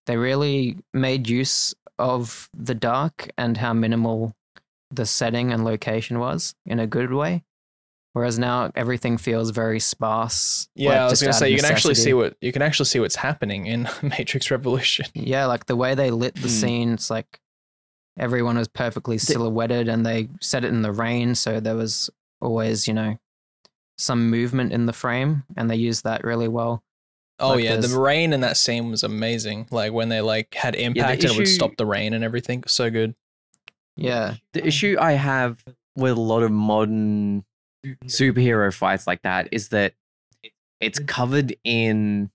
Speaker 1: they really made use of the dark and how minimal the setting and location was in a good way. Whereas now everything feels very sparse.
Speaker 3: Yeah,
Speaker 1: like,
Speaker 3: I was
Speaker 1: just
Speaker 3: gonna
Speaker 1: out of
Speaker 3: say you can actually
Speaker 1: necessity.
Speaker 3: see what you can actually see what's happening in Matrix Revolution.
Speaker 1: Yeah, like the way they lit the
Speaker 2: Hmm.
Speaker 1: scene, it's like everyone was perfectly silhouetted and they set it in the rain. So there was always, you know, some movement in the frame and they used that really well.
Speaker 3: Oh
Speaker 1: Like
Speaker 3: yeah,
Speaker 1: there's-
Speaker 3: the rain in that scene was amazing. Like when they like had impact and it would
Speaker 2: issue-
Speaker 3: stop the rain and everything. So good.
Speaker 1: Yeah.
Speaker 2: The issue I have with a lot of modern Mm-hmm. superhero fights like that is that it's covered in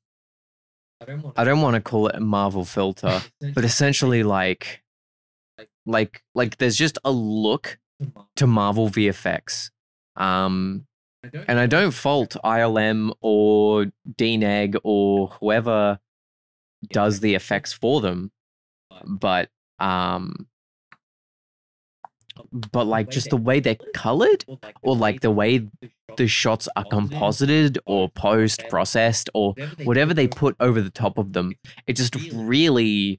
Speaker 2: Mm-hmm. I don't want to call it a Marvel filter, but essentially like like like there's just a look to Marvel VFX. Um and I don't fault ILM or Dean Egg or whoever does the effects for them, but um but like just the way they're colored or like the way the shots are composited or post processed or whatever they put over the top of them it just really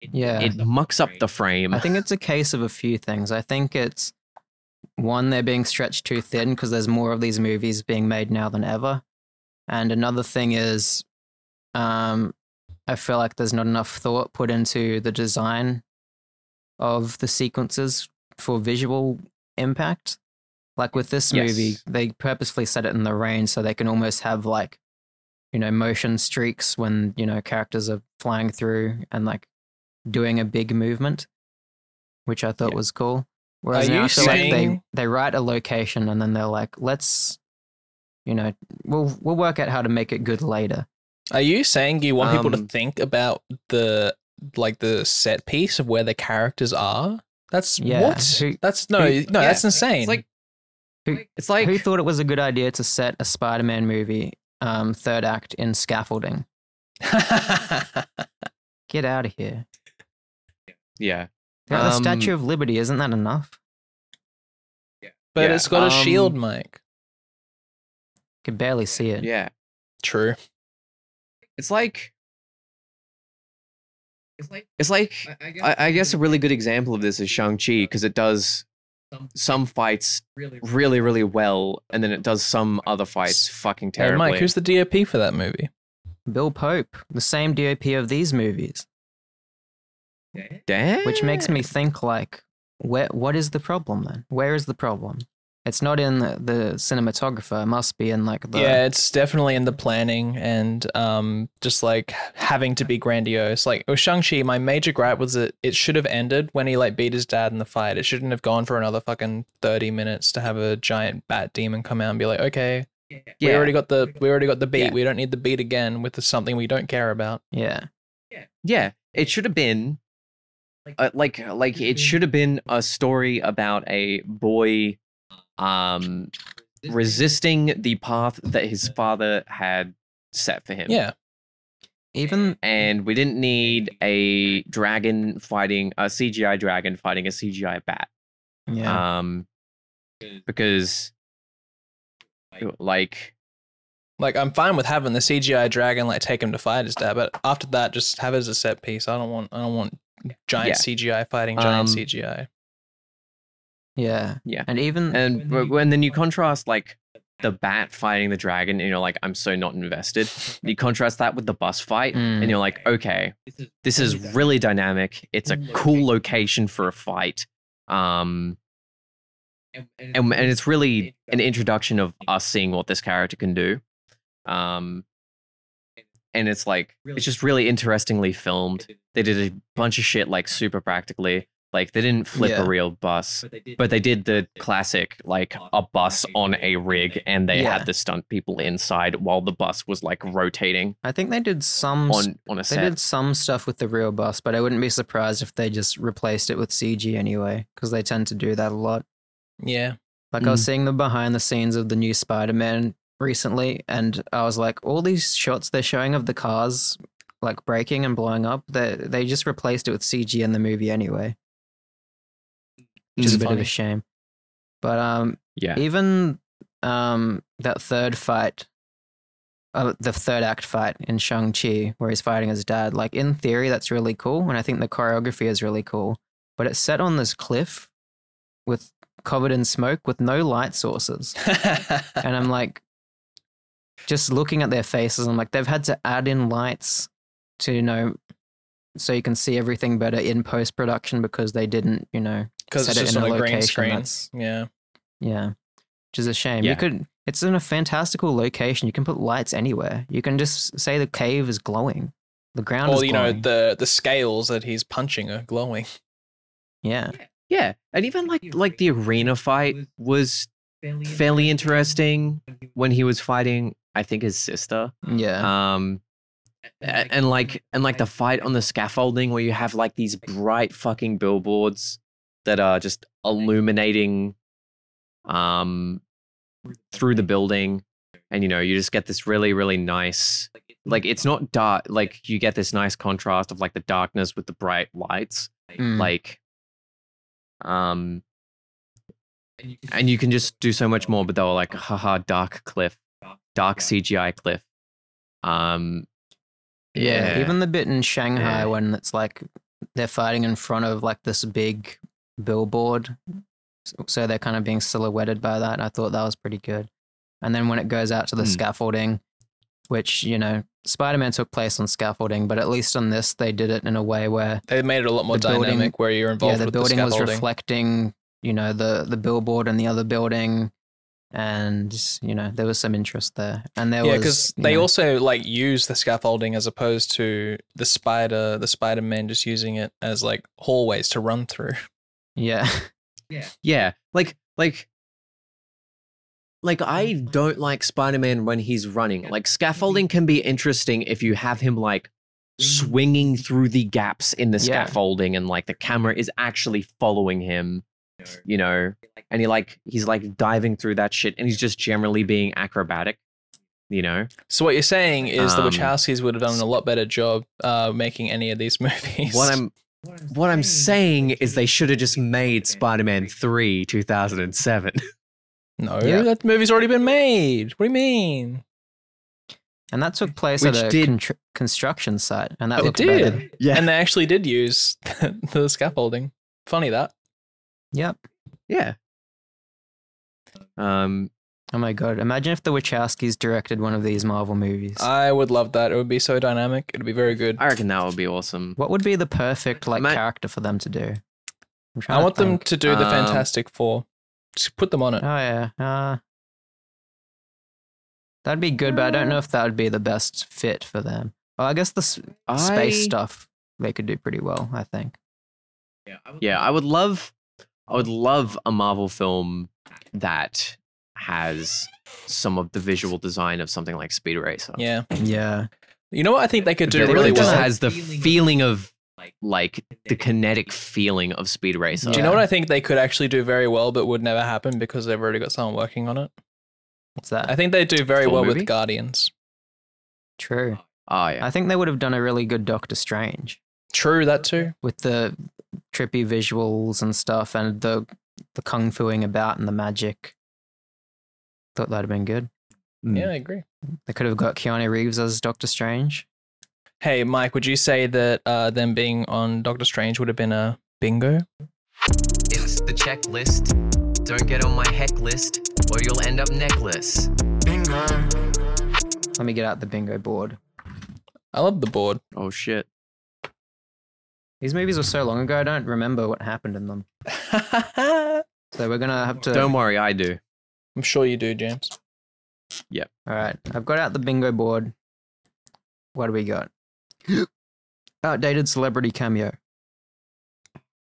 Speaker 1: Yeah.
Speaker 2: it mucks up the frame
Speaker 1: I think it's a case of a few things. I think it's one, they're being stretched too thin because there's more of these movies being made now than ever. And another thing is, um, I feel like there's not enough thought put into the design of the sequences for visual impact. Like with this movie,
Speaker 2: Yes.
Speaker 1: they purposefully set it in the rain so they can almost have like, you know, motion streaks when, you know, characters are flying through and like doing a big movement, which I thought
Speaker 2: Yeah.
Speaker 1: was cool. Whereas
Speaker 3: Are
Speaker 1: now
Speaker 3: you
Speaker 1: I feel like they,
Speaker 3: saying-
Speaker 1: they write a location and then they're like, let's, you know, we'll we'll work out how to make it good later.
Speaker 3: Are you saying you want people to
Speaker 2: Um,
Speaker 3: think about the like the set piece of where the characters are? That's
Speaker 1: Yeah,
Speaker 3: what?
Speaker 1: who-
Speaker 3: that's no, no,
Speaker 2: who- yeah,
Speaker 3: that's insane.
Speaker 2: it's like
Speaker 1: Who-
Speaker 2: it's like
Speaker 1: Who thought it was a good idea to set a Spider-Man movie um, third act in scaffolding? Get out of here!
Speaker 2: yeah
Speaker 1: They're at the
Speaker 2: Um,
Speaker 1: Statue of Liberty isn't that enough?
Speaker 3: but
Speaker 2: Yeah,
Speaker 3: it's got a
Speaker 2: um,
Speaker 3: shield, Mike.
Speaker 1: Could barely see it.
Speaker 2: yeah
Speaker 3: True.
Speaker 2: it's like it's like I, I, guess a really good example of this is Shang Chi because it does some fights really really well, and then it does some other fights fucking
Speaker 3: Hey,
Speaker 2: terribly.
Speaker 3: Mike, who's the DOP for that movie?
Speaker 1: Bill Pope, the same DOP of these movies,
Speaker 2: Damn,
Speaker 1: which makes me think like, where what is the problem then? Where is the problem? It's not in the, the cinematographer. It must be in like the
Speaker 3: yeah, it's definitely in the planning and um, just like having to be grandiose. Like with Shang Chi, my major gripe was that it should have ended when he like beat his dad in the fight. It shouldn't have gone for another fucking thirty minutes to have a giant bat demon come out and be like, okay, we
Speaker 2: yeah,
Speaker 3: already got the we already got the beat.
Speaker 2: Yeah.
Speaker 3: We don't need the beat again with the, something we don't care about.
Speaker 1: yeah.
Speaker 2: yeah. It should have been uh, like like it should have been a story about a boy um resisting the path that his father had set for him.
Speaker 3: Yeah,
Speaker 1: Even
Speaker 2: and we didn't need a dragon fighting a CGI dragon fighting a CGI bat.
Speaker 1: yeah,
Speaker 2: Um, because like
Speaker 3: like I'm fine with having the CGI dragon like take him to fight his dad, but after that, just have it as a set piece. I don't want I don't want giant
Speaker 2: Yeah.
Speaker 3: CGI fighting giant
Speaker 2: Um,
Speaker 3: CGI.
Speaker 1: yeah,
Speaker 2: yeah.
Speaker 1: and even
Speaker 2: and w- when then you contrast like the bat fighting the dragon, and you're like, I'm so not invested. You contrast that with the bus fight, and
Speaker 1: Mm.
Speaker 2: you're like, okay, this is really dynamic. It's a cool location for a fight. Um, and, and it's really an introduction of us seeing what this character can do. Um, and it's like, it's just really interestingly filmed. They did a bunch of shit like super practically. Like, they didn't flip
Speaker 1: Yeah.
Speaker 2: a real bus, but they did the classic, like a bus on a rig, and they
Speaker 1: Yeah.
Speaker 2: had the stunt people inside while the bus was like rotating
Speaker 1: I think they did some s-
Speaker 2: on, on a
Speaker 1: they
Speaker 2: set.
Speaker 1: did some stuff with the real bus, but I wouldn't be surprised if they just replaced it with CG anyway, because they tend to do that a lot.
Speaker 3: Yeah.
Speaker 1: Like I was
Speaker 3: Mm.
Speaker 1: seeing the behind the scenes of the new Spider-Man recently, and I was like, all these shots they're showing of the cars like breaking and blowing up, they they just replaced it with CG in the movie anyway, which is a
Speaker 3: Mm.
Speaker 1: bit of
Speaker 3: Funny.
Speaker 1: a shame. But um,
Speaker 2: yeah.
Speaker 1: even um that third fight. Uh, the third act fight in Shang Chi, where he's fighting his dad, like in theory, that's really cool, and I think the choreography is really cool. But it's set on this cliff, with covered in smoke, with no light sources and I'm like, just looking at their faces, I'm like, they've had to add in lights to, you know, so you can see everything better in post production because they didn't, you know,
Speaker 3: Because
Speaker 1: set
Speaker 3: it's
Speaker 1: it
Speaker 3: just
Speaker 1: in
Speaker 3: on a green
Speaker 1: location
Speaker 3: screen.
Speaker 1: that's-
Speaker 3: Yeah.
Speaker 1: yeah, which is a shame.
Speaker 2: Yeah.
Speaker 1: You could, it's in a fantastical location. You can put lights anywhere. You can just say the cave is glowing, the ground
Speaker 3: Or
Speaker 1: is
Speaker 3: you know
Speaker 1: glowing.
Speaker 3: the the scales that he's punching are glowing.
Speaker 1: yeah,
Speaker 2: Yeah, and even like like the arena fight was fairly interesting when he was fighting, I think his sister.
Speaker 1: yeah,
Speaker 2: Um, a- and like and like the fight on the scaffolding where you have like these bright fucking billboards that are just illuminating, um, through the building, and you know you just get this really really nice like it's not dark like you get this nice contrast of like the darkness with the bright lights
Speaker 1: Mm.
Speaker 2: like um and you can just do so much more but they were like haha dark cliff dark cgi cliff um yeah,
Speaker 1: Mm. Even the bit in Shanghai
Speaker 2: Yeah.
Speaker 1: when it's like they're fighting in front of like this big billboard. s- So they're kind of being silhouetted by that. I thought that was pretty good. And then when it goes out to the
Speaker 2: Hmm.
Speaker 1: scaffolding, which, you know, Spider Man took place on scaffolding, but at least on this, they did it in a way where
Speaker 3: They made it a lot more
Speaker 1: The building-
Speaker 3: dynamic where you're
Speaker 1: yeah,
Speaker 3: involved
Speaker 1: the
Speaker 3: with
Speaker 1: building
Speaker 3: the
Speaker 1: was
Speaker 3: scaffolding.
Speaker 1: reflecting, you know, the, the billboard and the other building. And, you know, there was some interest there. And there
Speaker 3: yeah,
Speaker 1: was.
Speaker 3: because
Speaker 1: you
Speaker 3: they
Speaker 1: know,
Speaker 3: also like use the scaffolding as opposed to the spider, the Spider Man just using it as like hallways to run through.
Speaker 1: Yeah.
Speaker 2: yeah like like like i don't like spider-man when he's running like scaffolding can be interesting if you have him like swinging through the gaps in the
Speaker 1: Mm. Yeah.
Speaker 2: scaffolding and like the camera is actually following him you know and he like he's like diving through that shit and he's just generally being acrobatic you know
Speaker 3: So what you're saying is the
Speaker 2: Um,
Speaker 3: Wachowskis would have done a lot better job uh, making any of these movies.
Speaker 2: what i'm what i'm saying is they should have just made spider-man 3 2007
Speaker 3: no,
Speaker 1: Yeah.
Speaker 3: that movie's already been made. What do you mean?
Speaker 1: And that took place
Speaker 2: Which
Speaker 1: at a
Speaker 2: did-
Speaker 1: contr- construction site, and that
Speaker 3: It
Speaker 1: looked
Speaker 3: did.
Speaker 1: better.
Speaker 2: yeah
Speaker 3: And they actually did use the scaffolding. Funny that.
Speaker 1: Yep.
Speaker 2: yeah um
Speaker 1: Oh my god! Imagine if the Wachowskis directed one of these Marvel movies.
Speaker 3: I would love that. It would be so dynamic. It'd be very good.
Speaker 2: i reckon that would be awesome
Speaker 1: what would be the perfect like
Speaker 2: Ima-
Speaker 1: character for them to do? I'm trying
Speaker 3: I
Speaker 1: to
Speaker 3: want them
Speaker 1: think.
Speaker 3: to do the
Speaker 2: Um,
Speaker 3: Fantastic Four. Just put them on it.
Speaker 1: Oh yeah. Uh, that'd be good, but I
Speaker 3: Uh.
Speaker 1: don't know if that would be the best fit for them. Well, I guess the s-
Speaker 2: I-
Speaker 1: space stuff they could do pretty well. I think.
Speaker 2: yeah i would love i would love a marvel film that has some of the visual design of something like speed racer
Speaker 3: Yeah.
Speaker 1: Yeah.
Speaker 3: You know what I think they could do
Speaker 2: that
Speaker 1: They
Speaker 3: really
Speaker 2: really just
Speaker 3: well?
Speaker 2: has the feeling of like the kinetic feeling of speed racer
Speaker 3: Do you know
Speaker 1: Yeah.
Speaker 3: what I think they could actually do very well, but would never happen because they've already got someone working on it?
Speaker 1: What's that?
Speaker 3: I think they do very
Speaker 2: Full
Speaker 3: well
Speaker 2: movie?
Speaker 3: with Guardians.
Speaker 1: True.
Speaker 2: oh yeah
Speaker 1: I think they would have done a really good Doctor Strange.
Speaker 3: True, that too.
Speaker 1: with the trippy visuals and stuff and the the kung fuing about and the magic. Thought that'd have been good.
Speaker 2: Mm.
Speaker 3: Yeah, I agree.
Speaker 1: They could have got Keanu Reeves as Doctor Strange.
Speaker 3: Hey, Mike, would you say that uh, them being on Doctor Strange would have been a bingo?
Speaker 2: It's the checklist. Don't get on my heck list, or you'll end up necklace.
Speaker 4: Bingo.
Speaker 1: Let me get out the bingo board.
Speaker 3: I love the board.
Speaker 2: Oh shit.
Speaker 1: These movies were so long ago, I don't remember what happened in them.
Speaker 3: I'm
Speaker 1: So we're gonna have to.
Speaker 2: Don't worry, I do.
Speaker 3: sure you do, James.
Speaker 1: All right, I've got out the bingo board. What do we got? Outdated celebrity cameo.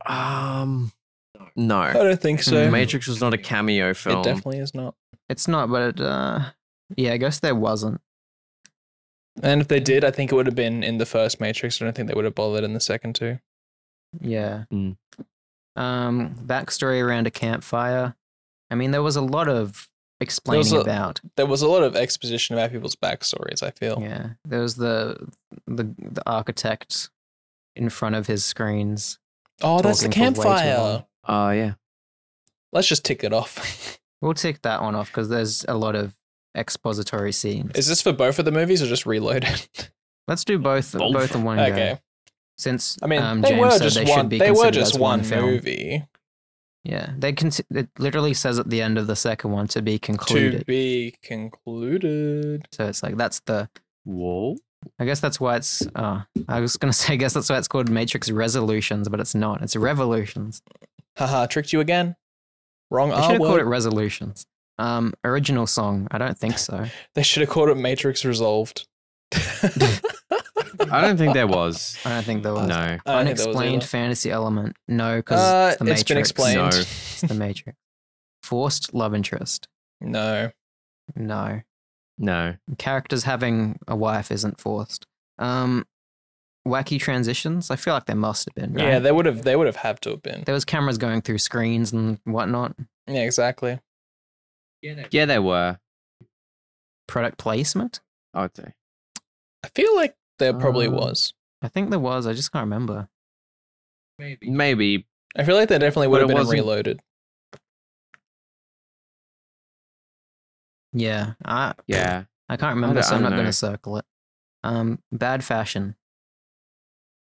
Speaker 2: Um,
Speaker 3: I
Speaker 2: no.
Speaker 3: don't think so.
Speaker 1: Mm,
Speaker 2: Matrix was not a cameo Hmm, film.
Speaker 3: It definitely is not.
Speaker 1: It's not, but it, uh, yeah, I guess there wasn't.
Speaker 3: And if they did, I think it would have been in the first Matrix. I don't think they would have bothered in the second two.
Speaker 1: Yeah.
Speaker 2: Mm.
Speaker 1: Um, backstory around a campfire. I mean, there was a lot of explaining
Speaker 3: a-
Speaker 1: about.
Speaker 3: There was a lot of exposition about people's backstories. I feel.
Speaker 1: Yeah, there was the the the architect in front of his screens.
Speaker 3: Oh, that's the
Speaker 1: Talking for way too
Speaker 3: campfire.
Speaker 1: long.
Speaker 2: Oh yeah.
Speaker 3: Let's just tick it off.
Speaker 1: We'll tick that one off because there's a lot of expository scenes.
Speaker 3: is this for both of the movies or just reloaded?
Speaker 1: Let's do both
Speaker 2: Both.
Speaker 1: both, in one go.
Speaker 3: okay.
Speaker 1: Since
Speaker 3: I mean,
Speaker 1: um,
Speaker 3: they
Speaker 1: James
Speaker 3: were
Speaker 1: said
Speaker 3: just
Speaker 1: they
Speaker 3: one.
Speaker 1: should be
Speaker 3: They were
Speaker 1: considered
Speaker 3: just
Speaker 1: as
Speaker 3: one,
Speaker 1: film.
Speaker 3: movie
Speaker 1: Yeah, they con- it literally says at the end of the second one to be concluded.
Speaker 3: to be concluded.
Speaker 1: So it's like that's the.
Speaker 2: Whoa.
Speaker 1: I guess that's why it's. Uh, I was gonna say. I guess that's why it's called Matrix Resolutions, but it's not. It's Revolutions.
Speaker 3: Haha, tricked you again. Wrong
Speaker 1: They should
Speaker 3: R
Speaker 1: have called
Speaker 3: word.
Speaker 1: it Resolutions. Um, original song. I don't think so.
Speaker 3: they should have called it Matrix Resolved.
Speaker 2: I don't think there was.
Speaker 1: I don't think there was.
Speaker 2: No.
Speaker 3: I don't think that was
Speaker 1: Unexplained
Speaker 3: either.
Speaker 1: fantasy element. No, because
Speaker 3: Uh,
Speaker 1: it's the Matrix.
Speaker 3: it's been
Speaker 2: No.
Speaker 3: explained.
Speaker 1: It's the Matrix. Forced love interest.
Speaker 3: No.
Speaker 1: No.
Speaker 2: No.
Speaker 1: characters having a wife isn't forced. Um, wacky transitions. I feel like there must have been. Right?
Speaker 3: Yeah, they would have. They would have had to have been.
Speaker 1: there was cameras going through screens and whatnot.
Speaker 3: Yeah, exactly.
Speaker 2: Yeah, there were.
Speaker 1: Product placement.
Speaker 2: I would say.
Speaker 3: I feel like there probably
Speaker 1: Um,
Speaker 3: was.
Speaker 1: I think there was. I just can't remember.
Speaker 2: Maybe.
Speaker 3: I feel like there definitely
Speaker 2: but
Speaker 3: would have
Speaker 2: it
Speaker 3: been in
Speaker 2: wasn't-
Speaker 3: reloaded.
Speaker 1: Yeah, I
Speaker 2: Yeah.
Speaker 1: I can't remember,
Speaker 2: don't-
Speaker 1: so
Speaker 2: I
Speaker 1: I'm
Speaker 2: don't
Speaker 1: not going
Speaker 2: know.
Speaker 1: to circle it. Um, bad fashion.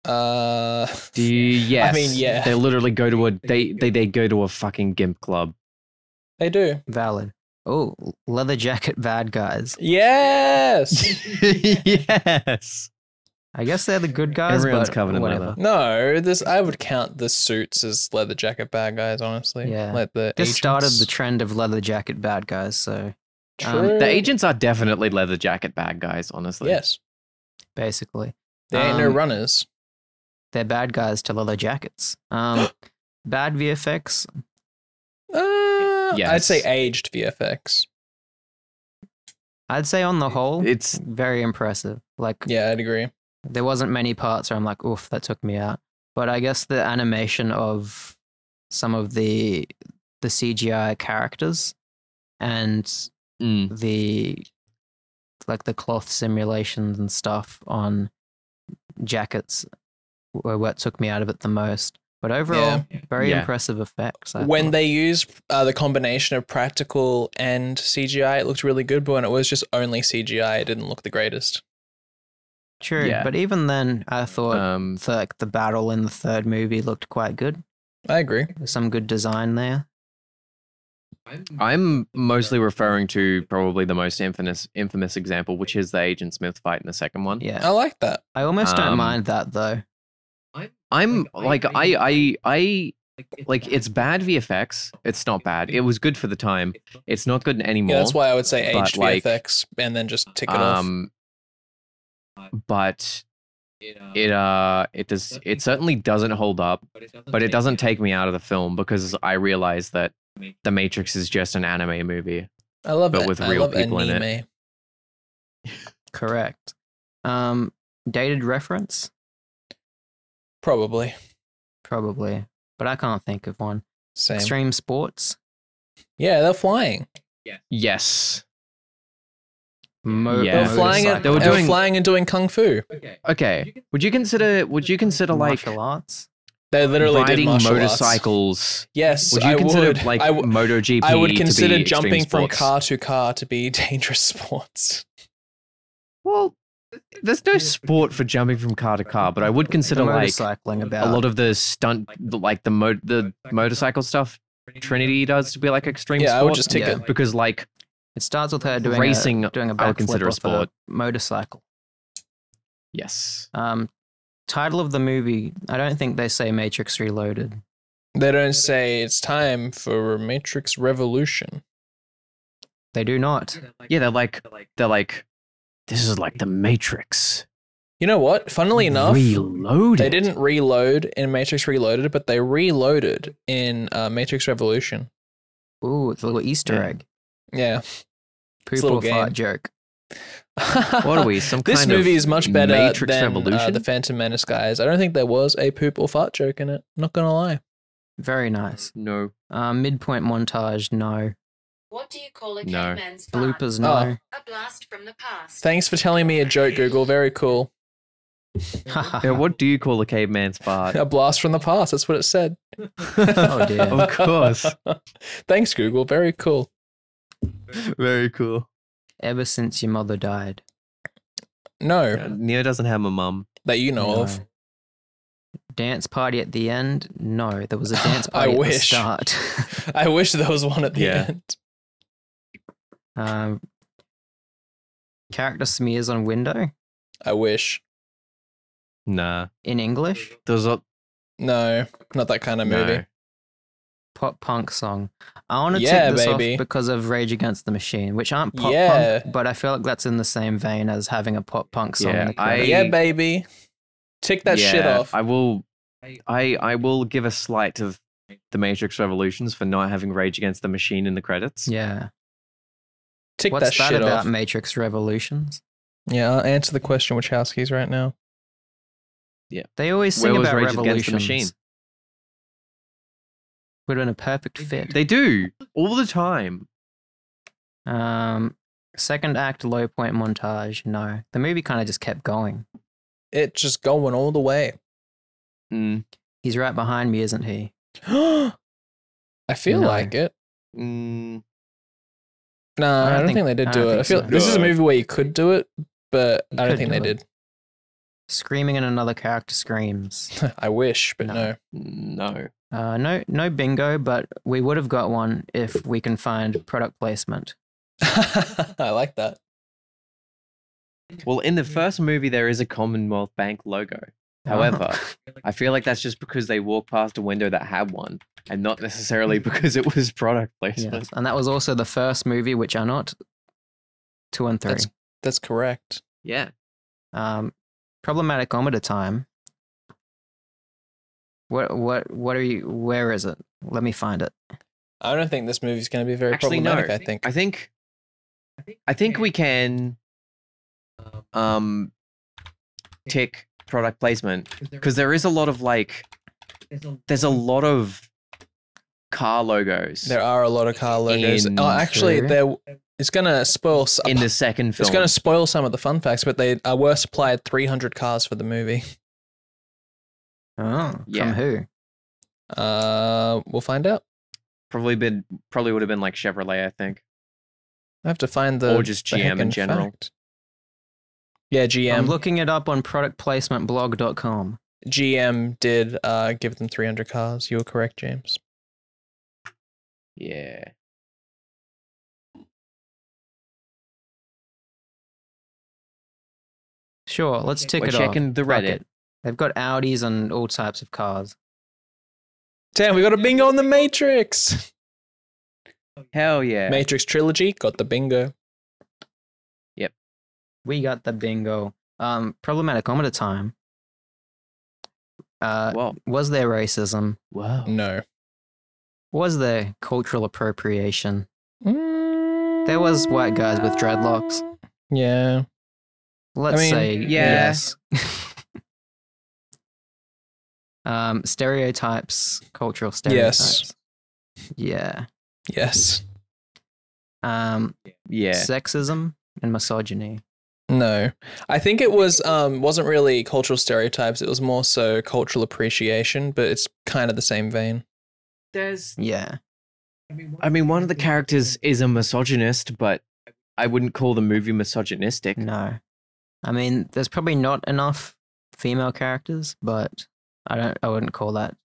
Speaker 3: Uh,
Speaker 2: Do you, yes.
Speaker 3: I mean, yeah.
Speaker 2: They literally go to a they they they go to a fucking gimp club.
Speaker 3: they do.
Speaker 1: Valid. Oh, leather jacket. Bad guys.
Speaker 3: Yes.
Speaker 2: yes.
Speaker 1: I guess they're the good guys.
Speaker 2: Everyone's
Speaker 1: but
Speaker 2: covered in
Speaker 1: whatever.
Speaker 2: leather.
Speaker 3: no, this I would count the suits as leather jacket bad guys. Honestly,
Speaker 1: Yeah.
Speaker 3: Like the
Speaker 1: This started
Speaker 3: agents.
Speaker 1: the trend of leather jacket bad guys. So um,
Speaker 3: True.
Speaker 2: The agents are definitely leather jacket bad guys, honestly.
Speaker 3: Mm. Yes,
Speaker 1: basically,
Speaker 3: they ain't no
Speaker 1: Um,
Speaker 3: runners.
Speaker 1: they're bad guys to leather jackets. Um, bad VFX.
Speaker 3: Uh, I'd
Speaker 2: yes.
Speaker 3: say aged VFX.
Speaker 1: I'd say on the whole,
Speaker 2: It's
Speaker 1: very impressive. Like
Speaker 3: Yeah, I'd agree.
Speaker 1: there wasn't many parts where I'm like, oof, that took me out. But I guess the animation of some of the the CGI characters and
Speaker 2: mm,
Speaker 1: the like the cloth simulations and stuff on jackets were what took me out of it the most. But overall, very
Speaker 2: Yeah.
Speaker 1: impressive effects. I
Speaker 3: when
Speaker 1: thought.
Speaker 3: they used uh, the combination of practical and CGI, it looked really good. But when it was just only CGI, it didn't look the greatest.
Speaker 1: true,
Speaker 2: Yeah.
Speaker 1: but even then, I thought
Speaker 2: um
Speaker 1: the, like the battle in the third movie looked quite good.
Speaker 3: I agree.
Speaker 1: There's some good design there.
Speaker 2: I'm mostly referring to probably the most infamous infamous example, which is the Agent Smith fight in the second one.
Speaker 1: Yeah,
Speaker 3: I like that.
Speaker 1: I almost don't
Speaker 2: Um,
Speaker 1: mind that though.
Speaker 2: I'm like I I I like it's bad VFX. It's not bad. It was good for the time. It's not good anymore.
Speaker 3: Yeah, that's why I would say
Speaker 2: but,
Speaker 3: aged
Speaker 2: like,
Speaker 3: VFX and then just tick it off.
Speaker 2: Um, but it uh it does it certainly doesn't hold up. But it doesn't take me out of the film because I realize that The Matrix is just an anime movie.
Speaker 3: I love
Speaker 2: but
Speaker 3: it.
Speaker 2: with
Speaker 3: I
Speaker 2: real
Speaker 3: love
Speaker 2: people in it.
Speaker 3: anime.
Speaker 1: Correct. Um, dated reference
Speaker 3: Probably
Speaker 1: probably, but I can't think of one.
Speaker 3: same.
Speaker 1: Extreme sports,
Speaker 3: Yeah, they're flying.
Speaker 2: Yes.
Speaker 1: mo-
Speaker 2: Yeah.
Speaker 3: they're flying. And,
Speaker 2: They were
Speaker 3: they
Speaker 1: motorcycle,
Speaker 3: were
Speaker 2: doing-
Speaker 3: flying and doing kung fu.
Speaker 2: Okay. Would you consider would you consider like
Speaker 1: martial arts.
Speaker 3: They literally
Speaker 2: riding
Speaker 3: did martial arts.
Speaker 2: motorcycles?
Speaker 3: Yes,
Speaker 2: Would you
Speaker 3: I
Speaker 2: consider
Speaker 3: would.
Speaker 2: like
Speaker 3: I, w-
Speaker 2: MotoGP?
Speaker 3: I
Speaker 2: to
Speaker 3: would
Speaker 2: be
Speaker 3: consider
Speaker 2: extreme
Speaker 3: jumping from
Speaker 2: sports?
Speaker 3: car to car to be dangerous sports.
Speaker 2: Well, there's no sport for jumping from car to car, but I would
Speaker 1: The
Speaker 2: consider like
Speaker 1: motorcycling about
Speaker 2: a lot of the stunt, like the mo- the motorcycle stuff, Trinity does to be like extreme
Speaker 3: Yeah,
Speaker 2: sport.
Speaker 3: I would just take
Speaker 1: Yeah.
Speaker 3: it.
Speaker 2: because like
Speaker 1: It starts with her doing
Speaker 2: Racing,
Speaker 1: a, doing a
Speaker 2: I would consider
Speaker 1: backflip
Speaker 2: a
Speaker 1: off
Speaker 2: sport.
Speaker 1: motorcycle.
Speaker 2: yes,
Speaker 1: Um, title of the movie. I don't think they say Matrix Reloaded.
Speaker 3: They don't say it's time for a Matrix Revolution.
Speaker 1: They do not.
Speaker 2: yeah, they're like they're like this is like the Matrix.
Speaker 3: You know what? Funnily enough,
Speaker 2: reloaded.
Speaker 3: they didn't reload in Matrix Reloaded, but they reloaded in uh, Matrix Revolution.
Speaker 1: Ooh, it's a little Easter
Speaker 2: Yeah.
Speaker 1: egg.
Speaker 3: Yeah.
Speaker 1: Poop
Speaker 3: little
Speaker 1: or fart
Speaker 3: game.
Speaker 1: joke.
Speaker 2: What are we? Some
Speaker 3: This
Speaker 2: kind
Speaker 3: movie
Speaker 2: of
Speaker 3: is much better
Speaker 2: Matrix
Speaker 3: than Uh,
Speaker 2: Revolution?
Speaker 3: the Phantom Menace, guys. I don't think there was a poop or fart joke in it. Not gonna lie.
Speaker 1: Very nice.
Speaker 2: no.
Speaker 1: Um, midpoint montage. No.
Speaker 4: What do you call a
Speaker 2: No.
Speaker 4: caveman's barn?
Speaker 1: Bloopers.
Speaker 2: Ah.
Speaker 1: No.
Speaker 4: A blast from the past.
Speaker 3: Thanks for telling me a joke, Google. Very cool.
Speaker 2: Yeah, what do you call a caveman's fart?
Speaker 3: A blast from the past. That's what it said.
Speaker 1: Oh, dear.
Speaker 2: Of course.
Speaker 3: Thanks, Google. Very cool.
Speaker 2: Very cool.
Speaker 1: Ever since your mother died.
Speaker 3: No,
Speaker 2: Neo doesn't have a mum.
Speaker 3: that you know of.
Speaker 1: No. Dance party at the end? No, there was a dance
Speaker 3: I
Speaker 1: party at the
Speaker 3: wish.
Speaker 1: start.
Speaker 3: I wish there was one at the
Speaker 2: Yeah.
Speaker 3: end.
Speaker 1: um, character smears on window
Speaker 3: I wish.
Speaker 2: Nah.
Speaker 1: in English.
Speaker 2: There's a
Speaker 3: No, not that kind of
Speaker 2: no.
Speaker 3: movie.
Speaker 1: Pop punk song. I want to
Speaker 3: Yeah,
Speaker 1: tick this
Speaker 3: baby.
Speaker 1: off because of Rage Against the Machine, which aren't pop
Speaker 3: Yeah.
Speaker 1: punk, but I feel like that's in the same vein as having a pop punk song.
Speaker 2: Yeah,
Speaker 1: in the
Speaker 2: I-
Speaker 1: credits.
Speaker 3: yeah, baby. Tick that shit
Speaker 2: Yeah,
Speaker 3: off.
Speaker 2: I will I I will give a slight to the Matrix Revolutions for not having Rage Against the Machine in the credits.
Speaker 1: yeah.
Speaker 3: Tick
Speaker 1: What's
Speaker 3: that,
Speaker 1: that,
Speaker 3: shit
Speaker 1: about
Speaker 3: off.
Speaker 1: Matrix Revolutions?
Speaker 3: Yeah, I'll answer the question Wachowski's right now.
Speaker 1: They always
Speaker 2: Where
Speaker 1: sing
Speaker 2: was
Speaker 1: about
Speaker 2: Rage
Speaker 1: revolutions.
Speaker 2: Against the Machine?
Speaker 1: Would have been a perfect fit.
Speaker 2: They do all the time.
Speaker 1: Um, second act low point montage. No, the movie kind of just kept going.
Speaker 3: It just going all the way.
Speaker 2: Mm,
Speaker 1: He's right behind me, isn't he?
Speaker 3: I feel
Speaker 1: No.
Speaker 3: like it.
Speaker 2: mm,
Speaker 3: No, I don't, think, they did
Speaker 1: I
Speaker 3: do
Speaker 1: don't
Speaker 3: it. I
Speaker 1: think
Speaker 3: feel
Speaker 1: so.
Speaker 3: this is a
Speaker 2: No.
Speaker 3: movie where you could do it, but
Speaker 1: You
Speaker 3: I don't
Speaker 1: could
Speaker 3: think
Speaker 1: do
Speaker 3: they
Speaker 1: it. Screaming and another character screams.
Speaker 3: did. I wish, but
Speaker 1: No.
Speaker 3: no.
Speaker 2: no.
Speaker 1: Uh, no, no bingo, but we would have got one if we can find product placement.
Speaker 3: I like that.
Speaker 2: Well, in the first movie, there is a Commonwealth Bank logo. However, I feel like that's just because they walked past a window that had one, and not necessarily because it was product placement.
Speaker 1: yes. and that was also the first movie, which are not two and three.
Speaker 3: That's that's correct.
Speaker 2: Yeah.
Speaker 1: Um, problematic ometer time. What what what are you? Where is it? Let me find it.
Speaker 3: I don't think this movie's going to be very
Speaker 2: Actually, no.
Speaker 3: problematic. I think.
Speaker 2: I think, I think we can, um, tick product placement because there is a lot of like, there's
Speaker 1: Mm.
Speaker 2: a lot of car logos
Speaker 3: There are a lot of car logos.
Speaker 2: In-
Speaker 3: oh, actually,
Speaker 1: True.
Speaker 3: there. It's gonna spoil. s-
Speaker 2: in the second film.
Speaker 3: It's gonna spoil some of the fun facts, but they uh, were supplied 300 cars for the movie.
Speaker 1: Oh, from
Speaker 2: Yeah.
Speaker 1: who?
Speaker 3: Uh, we'll find out.
Speaker 2: probably been probably would have been like Chevrolet, I think.
Speaker 3: I have to find the
Speaker 2: Or just
Speaker 3: the
Speaker 2: GM in
Speaker 3: heckin'
Speaker 2: general.
Speaker 3: fact. Yeah,
Speaker 1: I'm
Speaker 3: GM.
Speaker 1: looking it up on productplacementblog.com.
Speaker 3: GM did uh, give them 300 cars. You were correct, James.
Speaker 2: Yeah.
Speaker 1: Sure, let's tick
Speaker 2: We're
Speaker 1: it off.
Speaker 2: checking the
Speaker 1: Fuck
Speaker 2: Reddit.
Speaker 1: it. They've got Audis and all types of cars.
Speaker 3: Damn, we got a bingo on the Matrix.
Speaker 2: Hell yeah.
Speaker 3: Matrix trilogy got the bingo.
Speaker 1: We got the bingo. Um, problematic ometer time. Uh,
Speaker 2: Whoa.
Speaker 1: was there racism?
Speaker 2: Whoa.
Speaker 3: No.
Speaker 1: Was there cultural appropriation? There was white guys with dreadlocks.
Speaker 3: Yeah.
Speaker 1: Let's
Speaker 3: mean,
Speaker 1: say
Speaker 2: yeah.
Speaker 1: yes. um, stereotypes, cultural stereotypes. Yes. Yeah.
Speaker 3: Yes.
Speaker 1: Um,
Speaker 2: Yeah.
Speaker 1: Sexism and misogyny.
Speaker 3: No. I think it was um wasn't really cultural stereotypes, it was more so cultural appreciation, but it's kind of the same vein.
Speaker 2: There's
Speaker 1: Yeah.
Speaker 2: I mean one of the characters is a misogynist, but I wouldn't call the movie misogynistic.
Speaker 1: No. I mean, there's probably not enough female characters, but I don't. I wouldn't call that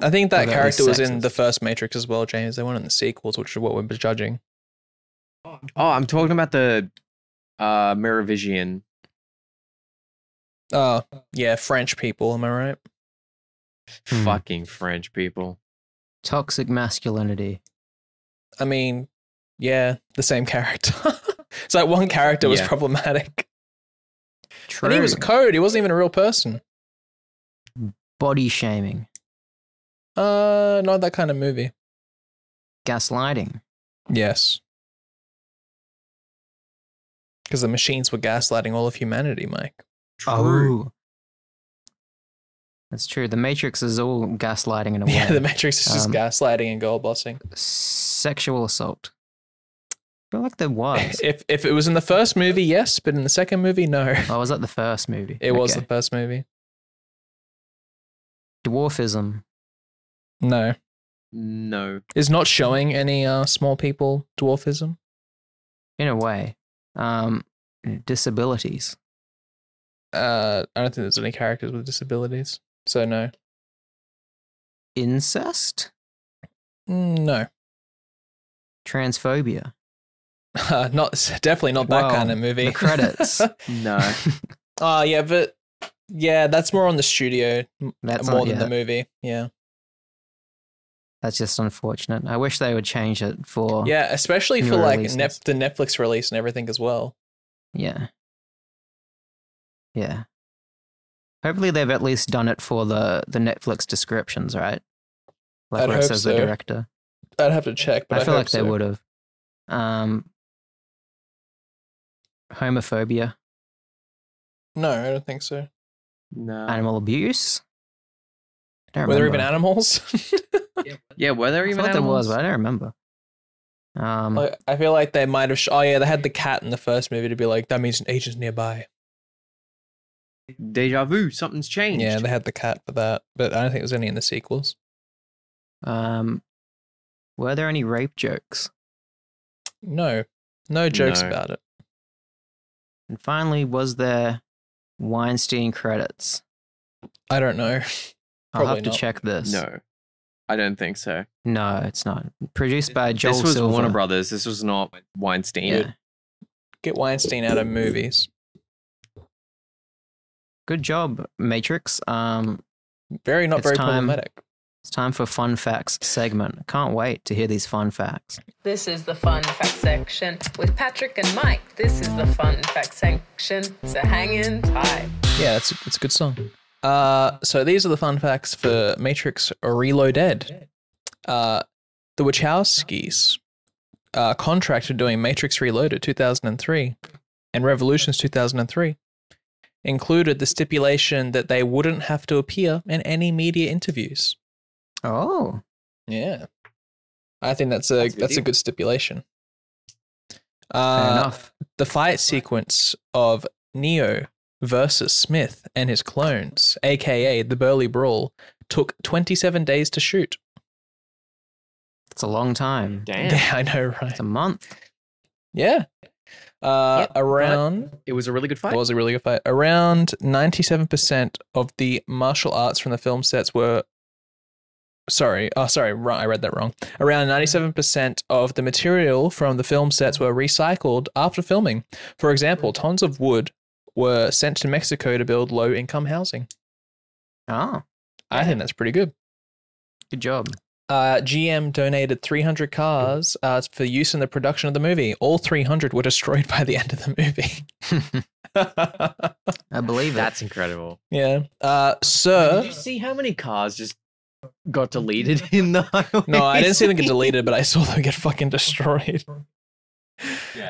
Speaker 3: I think
Speaker 1: Or
Speaker 3: that
Speaker 1: the- the
Speaker 3: character was in
Speaker 1: sexes.
Speaker 3: the first Matrix as well, James. They weren't in the sequels, which is what we're judging.
Speaker 2: Oh, I'm talking about the uh, Merovingian.
Speaker 3: Oh, yeah, French people. Am I right?
Speaker 1: Hmm.
Speaker 2: Fucking French people.
Speaker 1: Toxic masculinity.
Speaker 3: I mean, yeah, the same character. it's like one character was
Speaker 2: Yeah.
Speaker 3: problematic,
Speaker 1: True.
Speaker 3: and he was a code. He wasn't even a real person.
Speaker 1: Body shaming.
Speaker 3: Uh, not that kind of movie.
Speaker 1: Gaslighting.
Speaker 3: Yes. Because the machines were gaslighting all of humanity, Mike.
Speaker 1: Oh. That's true. The Matrix is all gaslighting in a way.
Speaker 3: Yeah, the Matrix is just
Speaker 1: Um,
Speaker 3: gaslighting and goal bossing.
Speaker 1: Sexual assault. I feel like there was.
Speaker 3: If if it was in the first movie, yes, but in the second movie, no.
Speaker 1: oh, was that the first movie?
Speaker 3: It was the
Speaker 1: Okay.
Speaker 3: first movie.
Speaker 1: dwarfism.
Speaker 3: No,
Speaker 2: No.
Speaker 3: is not showing any uh, small people dwarfism.
Speaker 1: in a way. Um, disabilities.
Speaker 3: Uh, I don't think there's any characters with disabilities, so no.
Speaker 1: Incest?
Speaker 3: Mm, No,
Speaker 1: Transphobia.
Speaker 3: uh, not definitely not that
Speaker 1: Well,
Speaker 3: kind of movie.
Speaker 1: the credits.
Speaker 2: No.
Speaker 3: uh, yeah, but yeah, that's more on the studio m-
Speaker 1: That's
Speaker 3: more
Speaker 1: not-
Speaker 3: than
Speaker 1: yeah,
Speaker 3: the movie. Yeah,
Speaker 1: That's just unfortunate. I wish they would change it for
Speaker 3: yeah, especially for
Speaker 1: Newer
Speaker 3: like
Speaker 1: releases.
Speaker 3: Nef- the Netflix release and everything as well.
Speaker 1: yeah. Yeah. Hopefully they've at least done it for the the Netflix descriptions, right? Like
Speaker 3: I'd
Speaker 1: where it
Speaker 3: hope
Speaker 1: says
Speaker 3: so,
Speaker 1: the director.
Speaker 3: I'd have to check, but I,
Speaker 1: I feel
Speaker 3: hope
Speaker 1: like they
Speaker 3: so.
Speaker 1: would have. Um, homophobia,
Speaker 3: No, I don't think so.
Speaker 2: no.
Speaker 1: animal abuse. I don't
Speaker 3: Were there Uh. even
Speaker 1: remember.
Speaker 3: animals?
Speaker 2: Yeah, were there
Speaker 1: I
Speaker 2: even
Speaker 1: thought there was,
Speaker 2: animals?
Speaker 1: but I don't remember. Um,
Speaker 3: Like, I feel like they might have. Sh- oh yeah, they had the cat in the first movie to be like that means an agent's nearby.
Speaker 2: Deja vu. Something's changed.
Speaker 3: Yeah, they had the cat for that, but I don't think there was any in the sequels.
Speaker 1: um, were there any rape jokes?
Speaker 3: No, no jokes
Speaker 2: No.
Speaker 3: about it.
Speaker 1: And finally, was there Weinstein credits?
Speaker 3: I don't know.
Speaker 1: I'll
Speaker 3: Probably
Speaker 1: have to
Speaker 3: not.
Speaker 1: check this.
Speaker 2: no. I don't think so.
Speaker 1: no, it's not. Produced by Joel
Speaker 2: this was
Speaker 1: Silver.
Speaker 2: Warner Brothers. This was not Weinstein.
Speaker 1: Yeah.
Speaker 3: Get Weinstein out of movies.
Speaker 1: Good job, Matrix. Um,
Speaker 3: Very not
Speaker 1: It's
Speaker 3: very
Speaker 1: time.
Speaker 3: problematic.
Speaker 1: it's time for fun facts segment. Can't wait to hear these fun facts.
Speaker 5: This is the fun fact section with Patrick and Mike. This is the fun fact section, so hang in tight.
Speaker 3: Yeah, that's a, that's a good song. Uh, so these are the fun facts for Matrix Reloaded. Uh, the Wachowskis uh, contracted doing Matrix Reloaded 2003 and Revolutions 2003 included the stipulation that they wouldn't have to appear in any media interviews.
Speaker 1: Oh,
Speaker 3: Yeah, I think that's a that's, a
Speaker 2: That's a good deal.
Speaker 3: good stipulation.
Speaker 1: fair
Speaker 3: Uh,
Speaker 1: enough.
Speaker 3: the fight sequence of Neo versus Smith and his clones, aka the Burly Brawl, took 27 days to shoot.
Speaker 1: It's a long time.
Speaker 2: Damn.
Speaker 3: Yeah, I know, right?
Speaker 1: It's a month.
Speaker 3: Yeah. Uh,
Speaker 2: Yeah,
Speaker 3: around
Speaker 2: It was a really good
Speaker 3: it
Speaker 2: fight.
Speaker 3: was a really good fight. Around 97% of the martial arts from the film sets were sorry, oh sorry, ri- I read that wrong. Around 97% of the material from the film sets were recycled after filming. For
Speaker 2: Mm.
Speaker 3: example, tons of wood were sent to Mexico to build low-income housing.
Speaker 1: Oh,
Speaker 3: I think that's pretty good.
Speaker 1: good job.
Speaker 3: Uh, GM donated 300 cars
Speaker 2: Mm.
Speaker 3: uh, for use in the production of the movie. All 300 were destroyed by the end of the movie.
Speaker 1: I believe it.
Speaker 2: That's incredible.
Speaker 3: yeah. Uh, Sir.
Speaker 2: Did you see how many cars just got deleted in the highway?
Speaker 3: No, I didn't see them get deleted, but I saw them get fucking destroyed.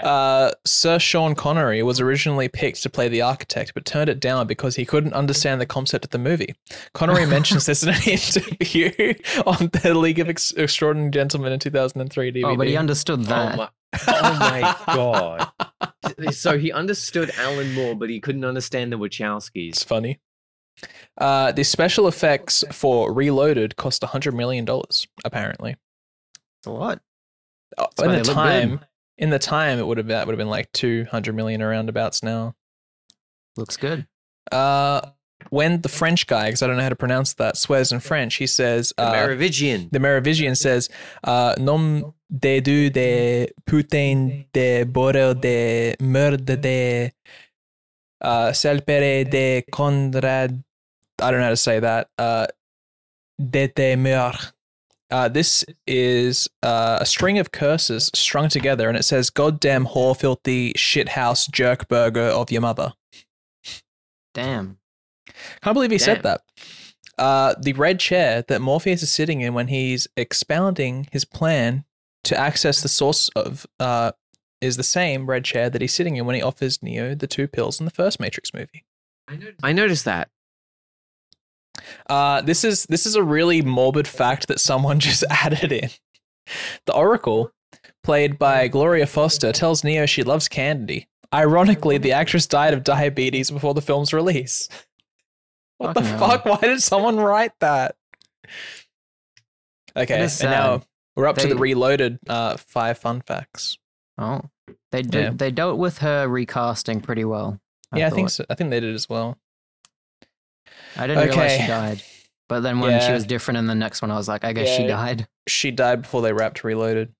Speaker 3: Uh, Sir Sean Connery was originally picked to play the architect, but turned it down because he couldn't understand the concept of the movie. Connery mentions this in an interview on the League of Ex- Extraordinary Gentlemen in 2003 DVD.
Speaker 1: oh, but he understood
Speaker 2: Oh
Speaker 1: that.
Speaker 2: my, oh my god. So he understood Alan Moore, but he couldn't understand the
Speaker 3: It's
Speaker 2: Wachowskis.
Speaker 3: funny. Uh, the special effects for Reloaded cost $100 million, apparently.
Speaker 1: It's a lot.
Speaker 3: Uh,
Speaker 1: That's
Speaker 3: in
Speaker 1: why
Speaker 3: the
Speaker 1: they look good.
Speaker 3: time, in the time, it would have that would have been like 200 million aroundabouts now.
Speaker 1: Looks good.
Speaker 3: Uh, when the French guy, because I don't know how to pronounce that, swears in French, he says,
Speaker 2: The
Speaker 3: uh,
Speaker 2: Merovingian.
Speaker 3: the Merovingian says, uh, nom de dieu de putain de bordel de merde de uh, salpere de conrad. I don't know how to say that. Uh, de te meur. Uh, this is uh, a string of curses strung together, and it says, "Goddamn whore, filthy shithouse jerk burger of your mother."
Speaker 1: Damn.
Speaker 3: Can't believe he said
Speaker 2: Damn.
Speaker 3: that. Uh, the red chair that Morpheus is sitting in when he's expounding his plan to access the source of uh, is the same red chair that he's sitting in when he offers Neo the two pills in the first Matrix movie.
Speaker 2: I noticed that.
Speaker 3: Uh, this is this is a really morbid fact that someone just added in. The Oracle, played by Gloria Foster, tells Neo she loves candy. Ironically, the actress died of diabetes before the film's release. What the
Speaker 1: Fucking hell.
Speaker 3: fuck? Why did someone write that? Okay,
Speaker 1: That
Speaker 3: and
Speaker 1: is
Speaker 3: now
Speaker 1: sad.
Speaker 3: we're up to
Speaker 1: They-
Speaker 3: the reloaded uh, five fun facts.
Speaker 1: Oh, they do,
Speaker 3: Yeah.
Speaker 1: they dealt with her recasting pretty well.
Speaker 3: yeah, I think
Speaker 1: thought.
Speaker 3: so. I think they did as well.
Speaker 1: I didn't realize
Speaker 3: Okay.
Speaker 1: she died, but then when she
Speaker 3: Yeah.
Speaker 1: was different in the next one, I was like, I guess she
Speaker 3: Yeah.
Speaker 1: died.
Speaker 3: she died before they wrapped Reloaded.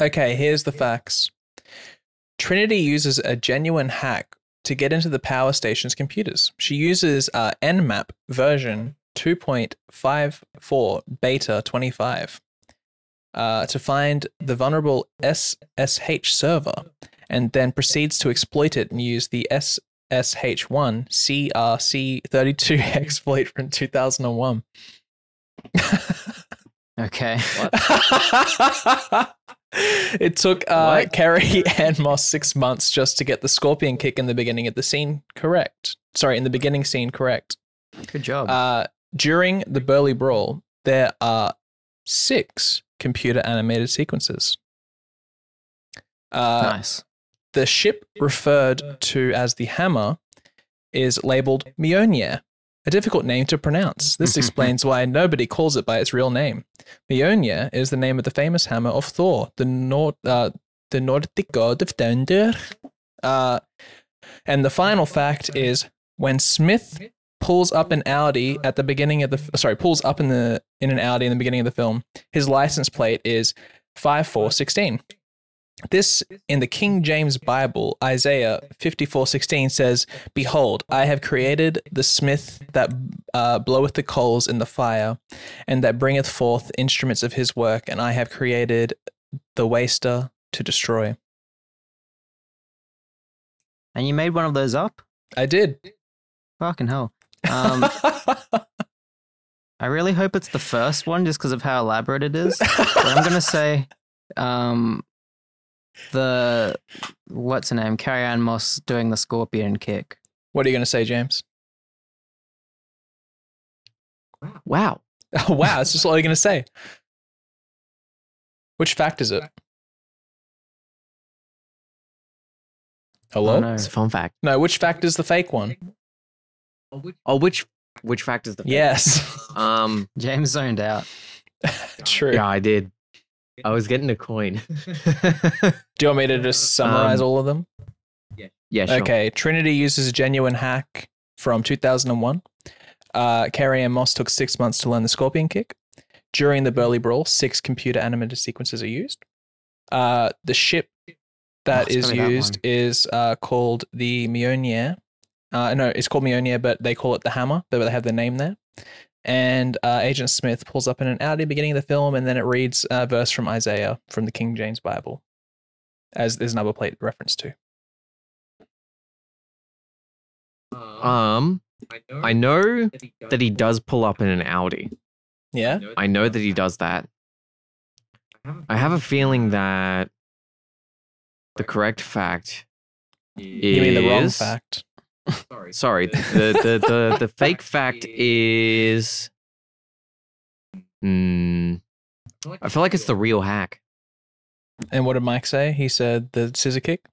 Speaker 3: Okay, here's the facts. Trinity uses a genuine hack to get into the power station's computers. She uses uh, Nmap version 2.54 beta 25 uh, to find the vulnerable SSH server and then proceeds to exploit it and use the SSH1 CRC32 exploit from 2001.
Speaker 1: Okay.
Speaker 3: it took uh,
Speaker 2: What?
Speaker 3: Kerry and Moss six months just to get the scorpion kick in the beginning of the scene correct. Sorry, in the beginning scene correct.
Speaker 1: Good job.
Speaker 3: Uh, during the Burly Brawl, there are six computer animated sequences. Uh,
Speaker 1: nice.
Speaker 3: the ship referred to as the Hammer is labeled Mjolnir, a difficult name to pronounce. This explains why nobody calls it by its real name. Mjolnir is the name of the famous hammer of Thor, the Nord, uh, the Nordic god of thunder. Uh, and the final fact is when Smith pulls up an Audi at the beginning of the sorry pulls up in the in an Audi in the beginning of the film, his license plate is five four sixteen. This in the King James Bible, Isaiah 54:16 says, "Behold, I have created the smith that uh, bloweth the coals in the fire, and that bringeth forth instruments of his work, and I have created the waster to destroy."
Speaker 1: And you made one of those up?
Speaker 3: I did.
Speaker 1: Fucking hell. Um, I really hope it's the first one just because of how elaborate it is. But I'm gonna say, um, the what's her name, Carrie Ann Moss doing the scorpion kick.
Speaker 3: what are you going to say, James?
Speaker 2: Wow.
Speaker 3: Oh, wow, that's just all you're going to say. Which fact is it? Hello?
Speaker 1: Oh,
Speaker 3: no.
Speaker 1: no.
Speaker 2: It's a fun fact.
Speaker 3: which fact is the fake one?
Speaker 2: Oh, which which fact is the
Speaker 3: Yes.
Speaker 2: Um.
Speaker 1: James zoned out.
Speaker 3: True.
Speaker 2: Yeah, I did. I was getting a coin.
Speaker 3: Do you want me to just summarize
Speaker 2: Um,
Speaker 3: all of them?
Speaker 2: yeah. Sure.
Speaker 3: Okay. Trinity uses a genuine hack from 2001. Uh, Carrie and Moss took six months to learn the scorpion kick. During the Burly Brawl, six computer animated sequences are used. Uh, the ship that
Speaker 1: That's
Speaker 3: is
Speaker 1: Oh, gotta be that
Speaker 3: used is uh, called the Mjolnir. Uh, no, it's called Mjolnir, but they call it the Hammer. But they have the name there. And uh, Agent Smith pulls up in an Audi beginning of the film, and then it reads a verse from Isaiah from the King James Bible, as there's another plate reference to.
Speaker 2: Um. I know that he does pull up in an Audi.
Speaker 3: Yeah.
Speaker 2: I know that he does that. I have a feeling that the correct fact is
Speaker 3: You mean the wrong fact?
Speaker 2: Sorry, the the the, the fake fact is. Hmm. I feel like it's the real hack.
Speaker 3: And what did Mike say? He said the scissor kick.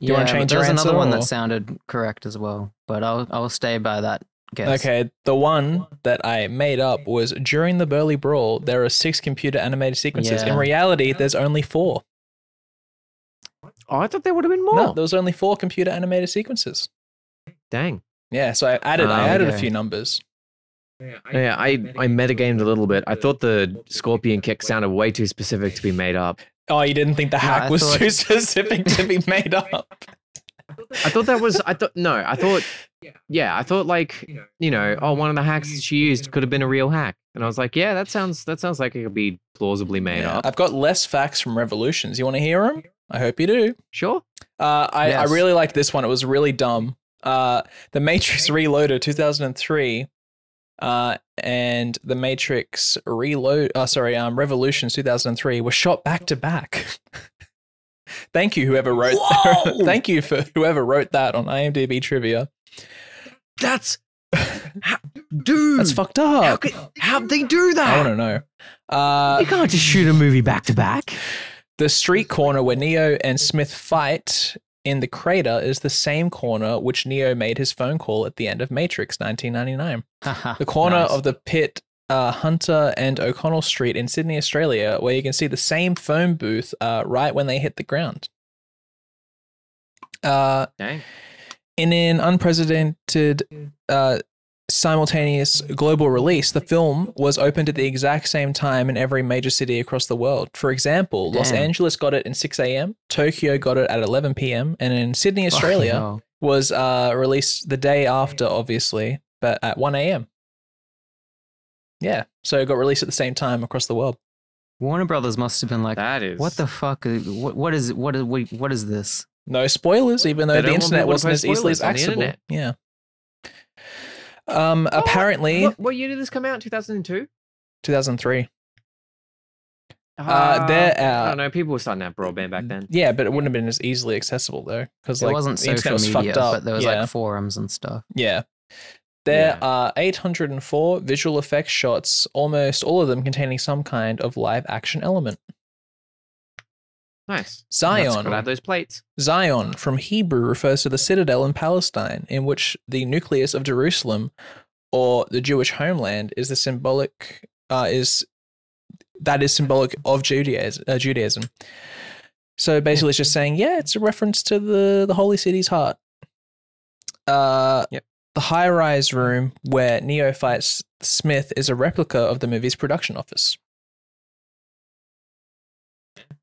Speaker 1: Do
Speaker 3: you wanna change
Speaker 1: There
Speaker 3: your
Speaker 1: was another
Speaker 3: answer,
Speaker 1: one that
Speaker 3: or-
Speaker 1: sounded correct as well, but I'll I'll stay by that guess.
Speaker 3: Okay, the one that I made up was during the Burly Brawl. There are six computer animated sequences.
Speaker 1: Yeah.
Speaker 3: In reality, there's only four.
Speaker 2: Oh, I thought there would have been more.
Speaker 3: No, there was only four computer animated sequences.
Speaker 2: Dang.
Speaker 3: Yeah, so I added I
Speaker 2: Um,
Speaker 3: added a
Speaker 1: Ah, okay.
Speaker 3: few numbers.
Speaker 2: Oh, Yeah, I, I metagamed a little bit. I thought the scorpion kick sounded way too specific to be made up.
Speaker 3: Oh, you didn't think the hack
Speaker 1: I
Speaker 3: was
Speaker 1: thought-
Speaker 3: too specific to be made up?
Speaker 2: I thought that was I thought no, I thought yeah, I thought like you know, oh one of the hacks she used could have been a real hack. And I was like, yeah, that sounds that sounds like it could be plausibly made
Speaker 3: Yeah,
Speaker 2: up.
Speaker 3: I've got less facts from Revolutions. You want to hear them? I hope you do.
Speaker 2: Sure.
Speaker 3: Uh, I,
Speaker 1: Yes.
Speaker 3: I really liked this one. It was really dumb. Uh, the Matrix Reloaded 2003 uh, and The Matrix Reload, uh, sorry, um, Revolutions 2003 were shot back to back. Thank you, whoever wrote.
Speaker 2: Whoa!
Speaker 3: Thank you for whoever wrote that on IMDb trivia.
Speaker 2: That's how, dude.
Speaker 3: That's fucked up.
Speaker 2: How could how'd they do
Speaker 3: I
Speaker 2: that?
Speaker 3: want to know. Uh,
Speaker 2: you can't just shoot a movie back to back.
Speaker 3: The street corner where Neo and Smith fight in the crater is the same corner which Neo made his phone call at the end of Matrix 1999. The corner of the pit, uh, Hunter and O'Connell Street in Sydney, Australia, where you can see the same phone booth uh, right when they hit the ground. Uh,
Speaker 2: Dang.
Speaker 3: in an unprecedented uh, simultaneous global release, the film was opened at the exact same time in every major city across the world. For example, Los
Speaker 1: Damn.
Speaker 3: Angeles got it in 6 a.m., Tokyo got it at 11 p.m., and in Sydney,
Speaker 1: Fucking
Speaker 3: Australia,
Speaker 1: hell.
Speaker 3: was uh, released the day after, obviously, but at 1 a.m. Yeah, so it got released at the same time across the world.
Speaker 1: Warner Brothers must have been like,
Speaker 2: that is
Speaker 1: what the fuck? is- What, what is what is what, what is this?
Speaker 3: No spoilers, even though
Speaker 2: They
Speaker 3: the
Speaker 2: don't want
Speaker 3: internet
Speaker 2: people to
Speaker 3: wasn't
Speaker 2: play
Speaker 3: as easily as
Speaker 2: spoilers on the
Speaker 3: accessible.
Speaker 2: internet. Oh,
Speaker 3: Yeah. Um, apparently,
Speaker 2: What, what year did this come out? 2002?
Speaker 3: 2003.
Speaker 2: Uh,
Speaker 3: they're
Speaker 2: I
Speaker 3: out.
Speaker 2: don't know. People were starting to have broadband back then.
Speaker 3: uh, Yeah, but it wouldn't have been as easily accessible though, because
Speaker 1: it
Speaker 3: like
Speaker 1: wasn't
Speaker 3: the internet
Speaker 1: social
Speaker 3: was
Speaker 1: media,
Speaker 3: fucked up.
Speaker 1: but there was
Speaker 3: yeah,
Speaker 1: like forums and stuff.
Speaker 3: yeah. There
Speaker 2: Yeah.
Speaker 3: are 804 visual effects shots, almost all of them containing some kind of live action element.
Speaker 2: Nice. That's
Speaker 3: Zion,
Speaker 2: good. Add those plates.
Speaker 3: Zion from Hebrew refers to the citadel in Palestine, in which the nucleus of Jerusalem, or the Jewish homeland, is the symbolic uh, is that is symbolic of Judaism. Uh, Judaism. So basically, it's just saying, yeah, it's a reference to the the holy city's heart. Uh,
Speaker 2: Yep.
Speaker 3: The high rise room where Neo fights Smith is a replica of the movie's production office.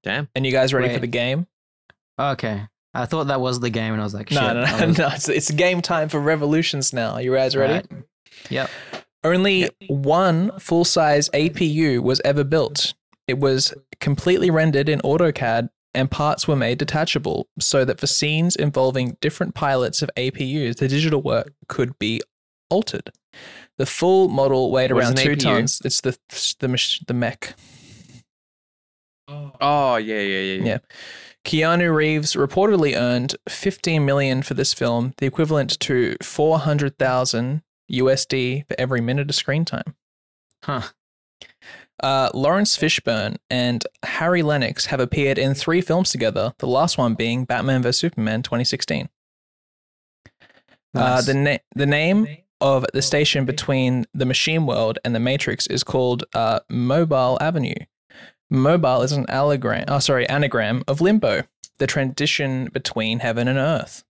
Speaker 2: Damn.
Speaker 3: And you guys ready for
Speaker 1: Wait.
Speaker 3: the game?
Speaker 1: Okay, I thought that was the game, and I was like, shit.
Speaker 3: No, no,
Speaker 1: I
Speaker 3: no,
Speaker 1: was-
Speaker 3: no. It's, it's game time for revolutions now. You guys ready?
Speaker 1: Right. Yep.
Speaker 3: Only one full size APU was ever built. It was completely rendered in AutoCAD, and parts were made detachable so that for scenes involving different pilots of APUs, the digital work could be altered. The full model weighed
Speaker 2: What is
Speaker 3: around
Speaker 2: an
Speaker 3: two
Speaker 2: APU?
Speaker 3: tons. It's the the mach- the mech.
Speaker 2: Oh yeah, yeah, yeah.
Speaker 3: Yeah. Keanu Reeves reportedly earned 15 million for this film, the equivalent to 400,000 USD for every minute of screen time.
Speaker 1: Huh.
Speaker 3: Uh, Lawrence Fishburne and Harry Lennox have appeared in three films together, the last one being Batman vs. Superman 2016. Uh,
Speaker 1: Nice.
Speaker 3: the, na- the name of the station between the machine world and the Matrix is called uh, Mobile Avenue. Mobile is an allegram, oh, sorry, anagram of limbo, the transition between heaven and earth.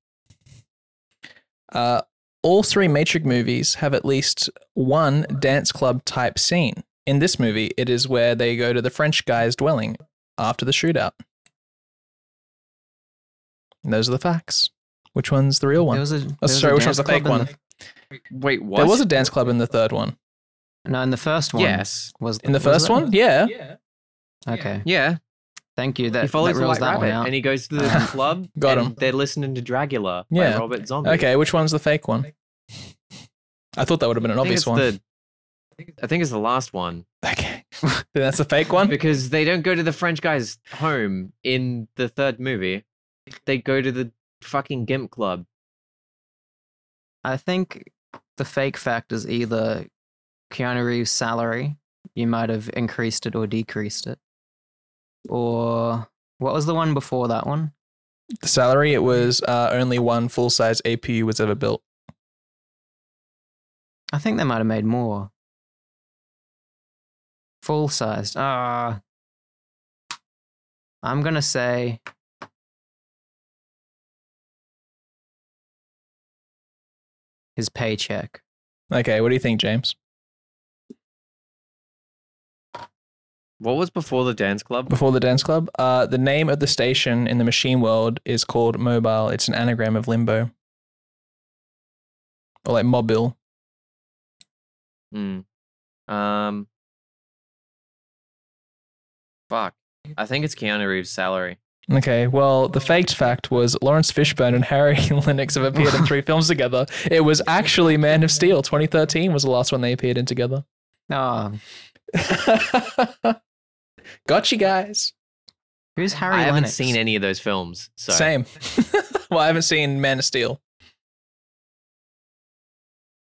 Speaker 3: Uh, all three Matrix movies have at least one dance club type scene. In this movie, it is where they go to the French guy's dwelling after the shootout. And those are the facts. Which one's the real
Speaker 1: There
Speaker 3: one?
Speaker 1: was a, there
Speaker 3: Oh,
Speaker 1: was a
Speaker 3: sorry, which one's
Speaker 1: dance
Speaker 3: the fake
Speaker 1: club in
Speaker 3: one?
Speaker 1: the-
Speaker 2: Wait, what?
Speaker 3: There was a dance club in the third one.
Speaker 1: no, in the first one.
Speaker 2: Yes.
Speaker 1: Was
Speaker 3: In the
Speaker 1: was
Speaker 3: first
Speaker 1: it?
Speaker 3: one? Yeah.
Speaker 1: Okay.
Speaker 2: Yeah.
Speaker 1: Thank you. That,
Speaker 2: he
Speaker 1: that
Speaker 2: follows the
Speaker 1: rules
Speaker 2: White
Speaker 1: that
Speaker 2: Rabbit
Speaker 1: one out.
Speaker 2: and he goes to the club.
Speaker 3: Got
Speaker 2: and
Speaker 3: him.
Speaker 2: They're listening to Dragula
Speaker 3: Yeah.
Speaker 2: by Robert Zombie.
Speaker 3: Okay, which one's the fake one? I thought that would have been an
Speaker 2: I think
Speaker 3: obvious
Speaker 2: it's
Speaker 3: one.
Speaker 2: the- I think it's the last one
Speaker 3: Okay. Then that's the fake one?
Speaker 2: because they don't go to the French guy's home in the third movie. They go to the fucking Gimp Club.
Speaker 1: I think the fake fact is either Keanu Reeves' salary, you might have increased it or decreased it, or what was the one before that one?
Speaker 3: The salary, it was uh, only one full size APU was ever built.
Speaker 1: I think they might have made more. Full sized. Ah. I'm going to say. his paycheck.
Speaker 3: Okay, what do you think, James?
Speaker 2: What was before the dance club?
Speaker 3: Before the dance club, uh, the name of the station in the machine world is called Mobile. It's an anagram of Limbo, or like Mobile.
Speaker 2: Hmm. Um. Fuck. I think it's Keanu Reeves' salary.
Speaker 3: Okay, well, the faked fact was Lawrence Fishburne and Harry Lennox have appeared in three films together. It was actually Man of Steel. 2013 was the last one they appeared in together.
Speaker 1: Oh,
Speaker 3: Got you guys.
Speaker 1: who's Harry
Speaker 2: I haven't
Speaker 1: Lennox?
Speaker 2: seen any of those films. So
Speaker 3: Same. well, I haven't seen Man of Steel.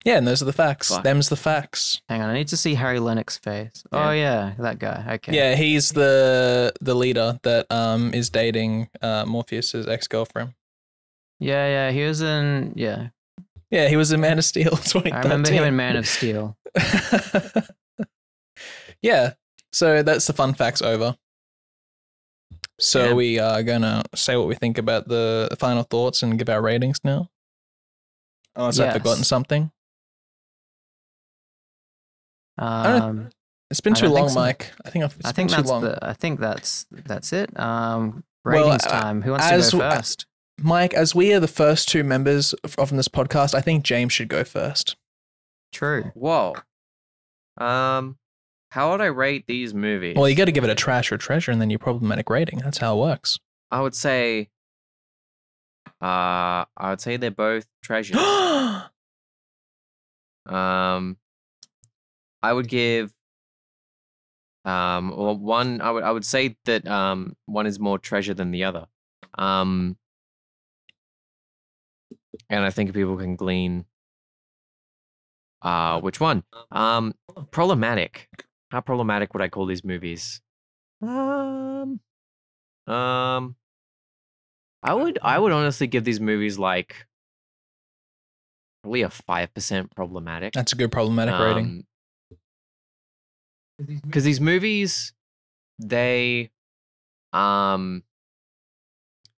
Speaker 3: Yeah, and those are the facts.
Speaker 2: Fuck.
Speaker 3: Them's the facts.
Speaker 1: Hang on, I need to see Harry Lennox face. Oh yeah, that guy. Okay.
Speaker 3: Yeah, he's the the leader that um is dating uh Morpheus's ex girlfriend.
Speaker 1: Yeah, yeah. He was in. Yeah,
Speaker 3: Yeah, he was in Man of Steel. 2013.
Speaker 1: I remember him in Man of Steel.
Speaker 3: yeah. So that's the fun facts over. So
Speaker 2: Yeah.
Speaker 3: we are gonna say what we think about the final thoughts and give our ratings now. Unless I've
Speaker 1: Yes.
Speaker 3: forgotten something. don't-
Speaker 1: Um,
Speaker 3: It's been
Speaker 1: I
Speaker 3: too
Speaker 1: don't think
Speaker 3: long,
Speaker 1: so.
Speaker 3: Mike. I think I've, it's
Speaker 1: I think
Speaker 3: been
Speaker 1: that's
Speaker 3: too long.
Speaker 1: the. I think that's that's it. Um,
Speaker 3: Well,
Speaker 1: ratings
Speaker 3: uh,
Speaker 1: time. Who wants
Speaker 3: as-
Speaker 1: to go first?
Speaker 3: Mike, as we are the first two members of, of this podcast, I think James should go first.
Speaker 1: True.
Speaker 2: Whoa. Um, how would I rate these movies?
Speaker 3: Well, you got to give it a trash or treasure, and then your problematic rating. That's how it works.
Speaker 2: I would say. Uh, I would say they're both treasures.
Speaker 3: okay,
Speaker 2: Um, I would give. Um, well, one I would I would say that um one is more treasure than the other. Um, and I think people can glean. Uh, which one? Um, problematic. How problematic would I call these movies? Um, um, I would I would honestly give these movies like probably a five percent problematic
Speaker 3: that's a good problematic
Speaker 1: Um,
Speaker 3: rating.
Speaker 2: because Um, these movies they um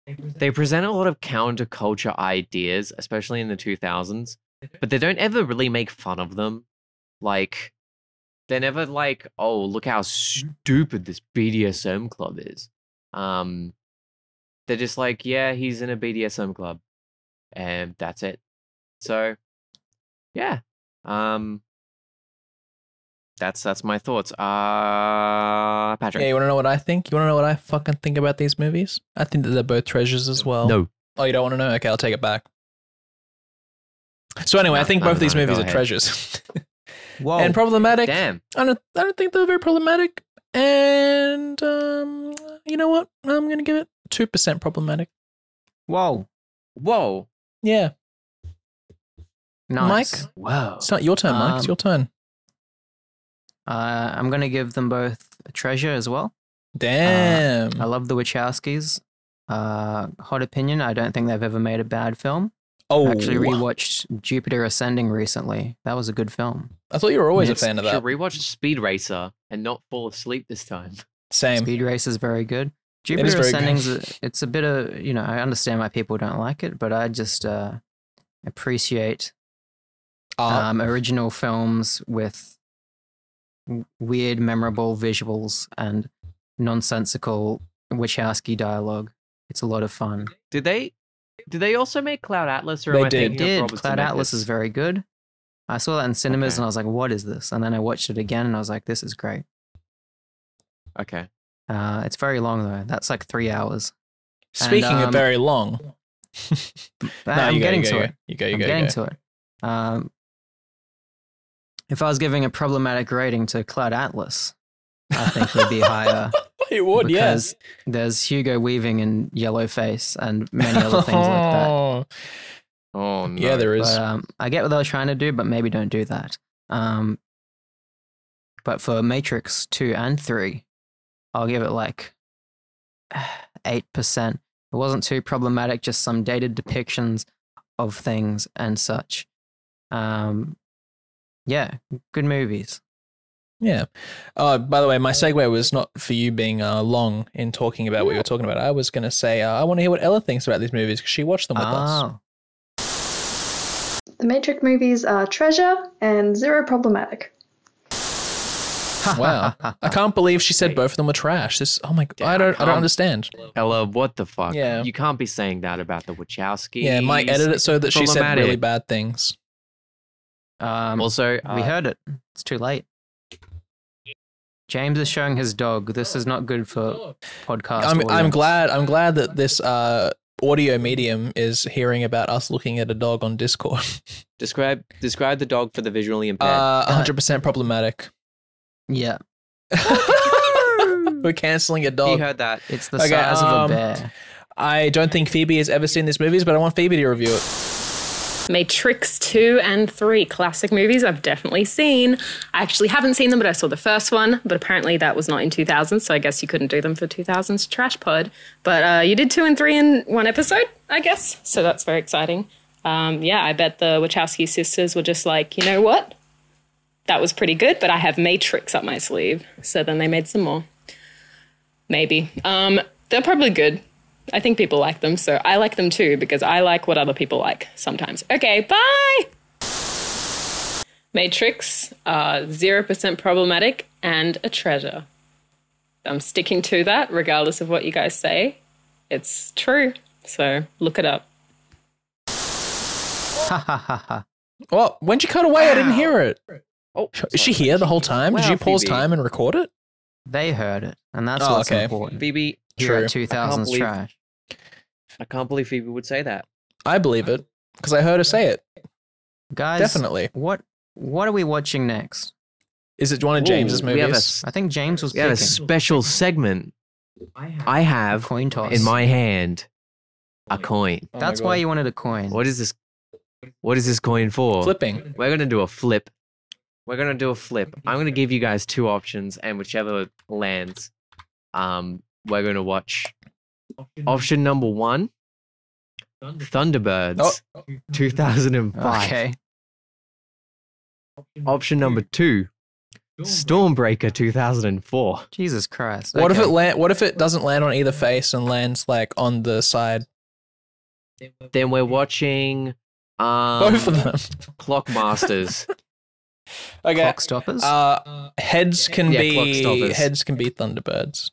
Speaker 2: they present a lot of counterculture ideas especially in the 2000s but they don't ever really make fun of them like they're never like oh look how
Speaker 3: Mm-hmm.
Speaker 2: stupid this bdsm club is um they're just like yeah he's in a bdsm club and that's it so yeah um that's that's my thoughts. Uh Patrick.
Speaker 3: Yeah, you want to know what I think? You want to know what I fucking think about these movies? I think that they're both treasures as well.
Speaker 2: no.
Speaker 3: Oh, you don't want to know? Okay, I'll take it back. So anyway, I
Speaker 2: No,
Speaker 3: think
Speaker 2: no,
Speaker 3: both of
Speaker 2: no,
Speaker 3: these
Speaker 2: no,
Speaker 3: movies
Speaker 2: go
Speaker 3: are
Speaker 2: ahead.
Speaker 3: treasures.
Speaker 1: Whoa.
Speaker 3: and problematic.
Speaker 2: Damn.
Speaker 3: I don't, I don't think they're very problematic. And um, you know what? I'm going to give it 2% problematic.
Speaker 1: Whoa.
Speaker 2: Whoa.
Speaker 3: Yeah.
Speaker 1: Nice.
Speaker 3: Mike?
Speaker 2: Whoa.
Speaker 3: It's not your turn, Mike. it's
Speaker 1: Um,
Speaker 3: your turn.
Speaker 1: Uh, I'm gonna give them both a treasure as well.
Speaker 3: Damn.
Speaker 1: I love the Wachowskis. Uh, hot opinion. I don't think they've ever made a bad film.
Speaker 3: oh,
Speaker 1: I actually rewatched Jupiter Ascending recently. That was a good film.
Speaker 3: I thought you were always a
Speaker 1: It's-
Speaker 3: fan of
Speaker 2: should
Speaker 3: that.
Speaker 2: rewatch Speed Racer and not fall asleep this time.
Speaker 3: Same.
Speaker 1: Speed Race is very good.
Speaker 3: It
Speaker 1: Jupiter
Speaker 3: is very good.
Speaker 1: Ascending's a- it's a bit of you know I understand why people don't like it, but I just uh, appreciate
Speaker 3: Art.
Speaker 1: um, original films with w- weird, memorable visuals and nonsensical Wachowski dialogue. It's a lot of fun.
Speaker 2: Did they did they also make Cloud Atlas or
Speaker 3: They
Speaker 2: am I
Speaker 3: did.
Speaker 1: It
Speaker 2: thinking of
Speaker 1: did.
Speaker 2: Robert
Speaker 1: Cloud Atlas
Speaker 2: Zemeckis?
Speaker 1: is very good. I saw that in cinemas
Speaker 2: Okay.
Speaker 1: and I was like, "What is this?" And then I watched it again and I was like, "This is great."
Speaker 2: Okay.
Speaker 1: Uh, it's very long though. That's like three hours.
Speaker 3: Speaking
Speaker 1: and,
Speaker 3: of
Speaker 1: um,
Speaker 3: very long.
Speaker 1: But
Speaker 3: No,
Speaker 1: I'm
Speaker 3: you go,
Speaker 1: getting
Speaker 3: you go,
Speaker 1: to
Speaker 3: you
Speaker 1: it.
Speaker 3: go. You go, you
Speaker 1: I'm
Speaker 3: go, you
Speaker 1: getting
Speaker 3: go.
Speaker 1: to it. Um, if I was giving a problematic rating to Cloud Atlas, I think would be higher
Speaker 3: You would, yes.
Speaker 1: because there's Hugo Weaving and Yellowface and many other things like that.
Speaker 2: Oh no.
Speaker 3: Yeah, there is.
Speaker 1: But, um, I get what they were trying to do, but maybe don't do that. Um, but for Matrix 2 and 3, I'll give it like 8%. It wasn't too problematic, just some dated depictions of things and such. Um, yeah, good movies.
Speaker 3: Yeah. Uh, by the way, my segue was not for you being uh, long in talking about what you were talking about. I was going to say, uh, I want to hear what Ella thinks about these movies because she watched them with us.
Speaker 1: Oh,
Speaker 6: The Matrix movies are Treasure and Zero Problematic.
Speaker 1: Oh.
Speaker 3: Wow. I can't believe she said both of them were trash. This oh my god, I don't I don't understand.
Speaker 2: Ella, what the fuck?
Speaker 3: Yeah.
Speaker 2: You can't be saying that about the Wachowski.
Speaker 3: Yeah, Mike edited it so that she said really
Speaker 2: Problematic.
Speaker 3: bad things.
Speaker 1: Um,
Speaker 2: Also,
Speaker 1: we
Speaker 2: uh,
Speaker 1: heard it. It's too late. James is showing his dog. This is not good for podcast.
Speaker 3: I'm I'm
Speaker 1: audience.
Speaker 3: glad I'm glad that this uh audio medium is hearing about us looking at a dog on Discord.
Speaker 2: describe describe the dog for the visually impaired.
Speaker 3: Uh 100% problematic.
Speaker 1: Yeah,
Speaker 3: We're canceling a
Speaker 2: you
Speaker 3: dog.
Speaker 2: heard that.
Speaker 1: it's the
Speaker 3: Okay,
Speaker 1: size of
Speaker 3: um,
Speaker 1: a bear.
Speaker 3: I don't think Phoebe has ever seen this movies, but I want Phoebe to review it.
Speaker 7: Matrix 2 and 3, classic movies I've definitely seen. I actually haven't seen them, but I saw the first one, but apparently that was not in 2000, so I guess you couldn't do them for 2000's Trash Pod. But uh, you did 2 and 3 in one episode, I guess, so that's very exciting. Um, yeah, I bet the Wachowski sisters were just like, you know what? That was pretty good, but I have Matrix up my sleeve. So then they made some more. Maybe. Um, they're probably good. I think people like them, so I like them too because I like what other people like sometimes. Okay, bye! Matrix, uh, 0% problematic, and a treasure. I'm sticking to that regardless of what you guys say. It's true, so look it up.
Speaker 1: Ha ha ha ha.
Speaker 3: Well, when'd you cut away? I didn't hear it.
Speaker 2: Oh,
Speaker 3: Is she here the whole time? Did
Speaker 2: Wow,
Speaker 3: you pause
Speaker 2: Phoebe.
Speaker 3: time and record it?
Speaker 1: They heard it, and that's
Speaker 3: Oh,
Speaker 1: what's
Speaker 3: okay.
Speaker 1: important.
Speaker 2: Phoebe,
Speaker 1: Here
Speaker 3: True.
Speaker 1: at 2000s
Speaker 2: believe-
Speaker 1: trash.
Speaker 2: I can't believe Phoebe would say that.
Speaker 3: I believe it because I heard her say it.
Speaker 1: Guys,
Speaker 3: Definitely.
Speaker 1: What what are we watching next?
Speaker 3: Is it one of James's
Speaker 2: Ooh,
Speaker 3: movies?
Speaker 2: We have a, s-
Speaker 1: I think James was
Speaker 2: we have a
Speaker 1: picking.
Speaker 2: special segment. I have
Speaker 1: coin toss.
Speaker 2: in my hand a coin.
Speaker 3: Oh my
Speaker 1: That's
Speaker 3: God.
Speaker 1: why you wanted a coin.
Speaker 2: What is this? What is this coin for?
Speaker 3: flipping.
Speaker 2: We're gonna do a flip. We're gonna do a flip. I'm gonna give you guys two options, and whichever lands, um, we're gonna watch. Option number one, Thunderbirds, Oh. 2005.
Speaker 1: Okay.
Speaker 2: Option number two, Stormbreaker, 2004.
Speaker 1: Jesus Christ.
Speaker 3: What if
Speaker 1: Okay.
Speaker 3: it land? What if it doesn't land on either face and lands like on the side?
Speaker 2: Then we're watching um,
Speaker 3: Both of them.
Speaker 2: Clock Masters.
Speaker 3: Okay.
Speaker 1: Clock stoppers.
Speaker 3: Uh, heads can
Speaker 2: Yeah, clock
Speaker 3: be
Speaker 2: stoppers.
Speaker 3: heads can be Thunderbirds.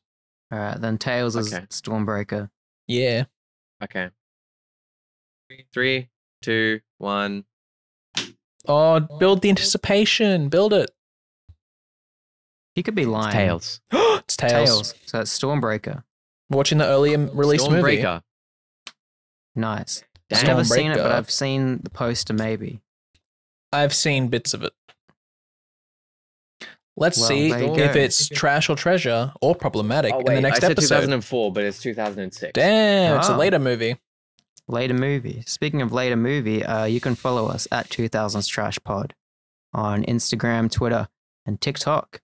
Speaker 1: All right, then tails is
Speaker 2: Okay.
Speaker 1: Stormbreaker.
Speaker 3: Yeah.
Speaker 2: okay. Three, two, one.
Speaker 3: Oh, build the anticipation. Build it.
Speaker 1: He could be lying.
Speaker 2: Tails.
Speaker 3: it's tails.
Speaker 1: Tails. So it's Stormbreaker.
Speaker 3: Watching the earlier release movie.
Speaker 2: Stormbreaker.
Speaker 1: Nice.
Speaker 2: Damn.
Speaker 1: I've never seen it, but
Speaker 3: Stormbreaker.
Speaker 1: I've seen the poster maybe.
Speaker 3: I've seen bits of it. Let's
Speaker 1: Well,
Speaker 3: see
Speaker 1: there you
Speaker 3: if
Speaker 1: go.
Speaker 3: it's trash or treasure or problematic
Speaker 2: Oh,
Speaker 3: in the
Speaker 2: wait,
Speaker 3: next
Speaker 2: I said Oh.
Speaker 3: episode.
Speaker 2: 2004, but it's 2006.
Speaker 3: Damn, it's a
Speaker 1: Ah.
Speaker 3: later movie.
Speaker 1: Later movie. Speaking of later movie, uh, you can follow us at 2000s Trash Pod on Instagram, Twitter, and TikTok.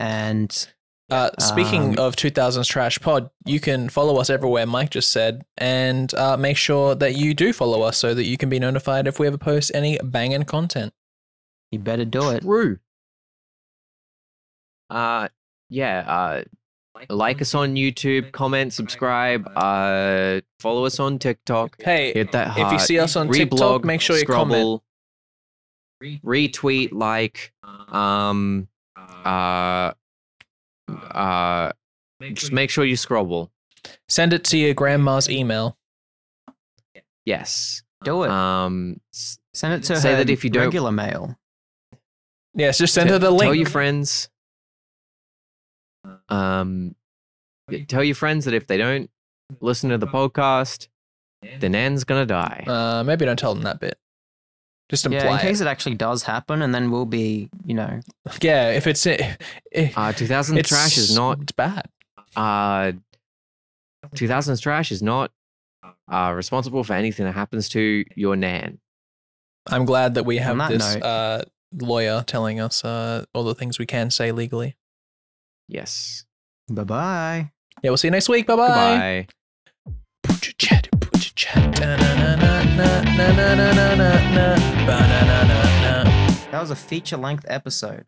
Speaker 1: And
Speaker 3: Uh, speaking
Speaker 1: Um,
Speaker 3: of 2000s trash pod, you can follow us everywhere Mike just said, and uh, make sure that you do follow us so that you can be notified if we ever post any banging content.
Speaker 1: you better do it.
Speaker 2: True. Uh, yeah. Uh, like us on YouTube, comment, subscribe, uh, follow us on TikTok.
Speaker 3: Hey,
Speaker 2: Hit that
Speaker 3: if
Speaker 2: heart.
Speaker 3: you see us on TikTok, make sure you comment.
Speaker 2: comment, retweet, like, um, uh, uh, just
Speaker 3: Mm-hmm.
Speaker 2: make sure you scrobble.
Speaker 3: Send it to your grandma's email.
Speaker 2: Yes.
Speaker 1: Do it.
Speaker 2: Um, s-
Speaker 1: Send it to
Speaker 2: say
Speaker 1: her
Speaker 2: that if you don't-
Speaker 1: regular mail.
Speaker 3: Yes, just send
Speaker 2: Te-
Speaker 3: her the
Speaker 2: Tell
Speaker 3: link.
Speaker 2: your friends. Um, y- tell your friends that if they don't listen to the podcast, the Nan's gonna die.
Speaker 3: Uh-huh. uh, maybe don't tell them that bit. Just imply.
Speaker 1: Yeah, in
Speaker 3: it.
Speaker 1: case it actually does happen, and then we'll be, you know,
Speaker 3: Yeah, if it's if,
Speaker 2: Uh, 2000 trash is not.
Speaker 3: it's bad.
Speaker 2: Uh, 2000 trash is not uh, responsible for anything that happens to your Nan.
Speaker 3: I'm glad that we have
Speaker 1: that
Speaker 3: this
Speaker 1: note-
Speaker 3: uh, lawyer telling us uh, all the things we can say legally.
Speaker 2: Yes.
Speaker 1: bye bye.
Speaker 3: Yeah, we'll see you next week. Bye bye.
Speaker 2: Goodbye.
Speaker 1: That was a feature length episode.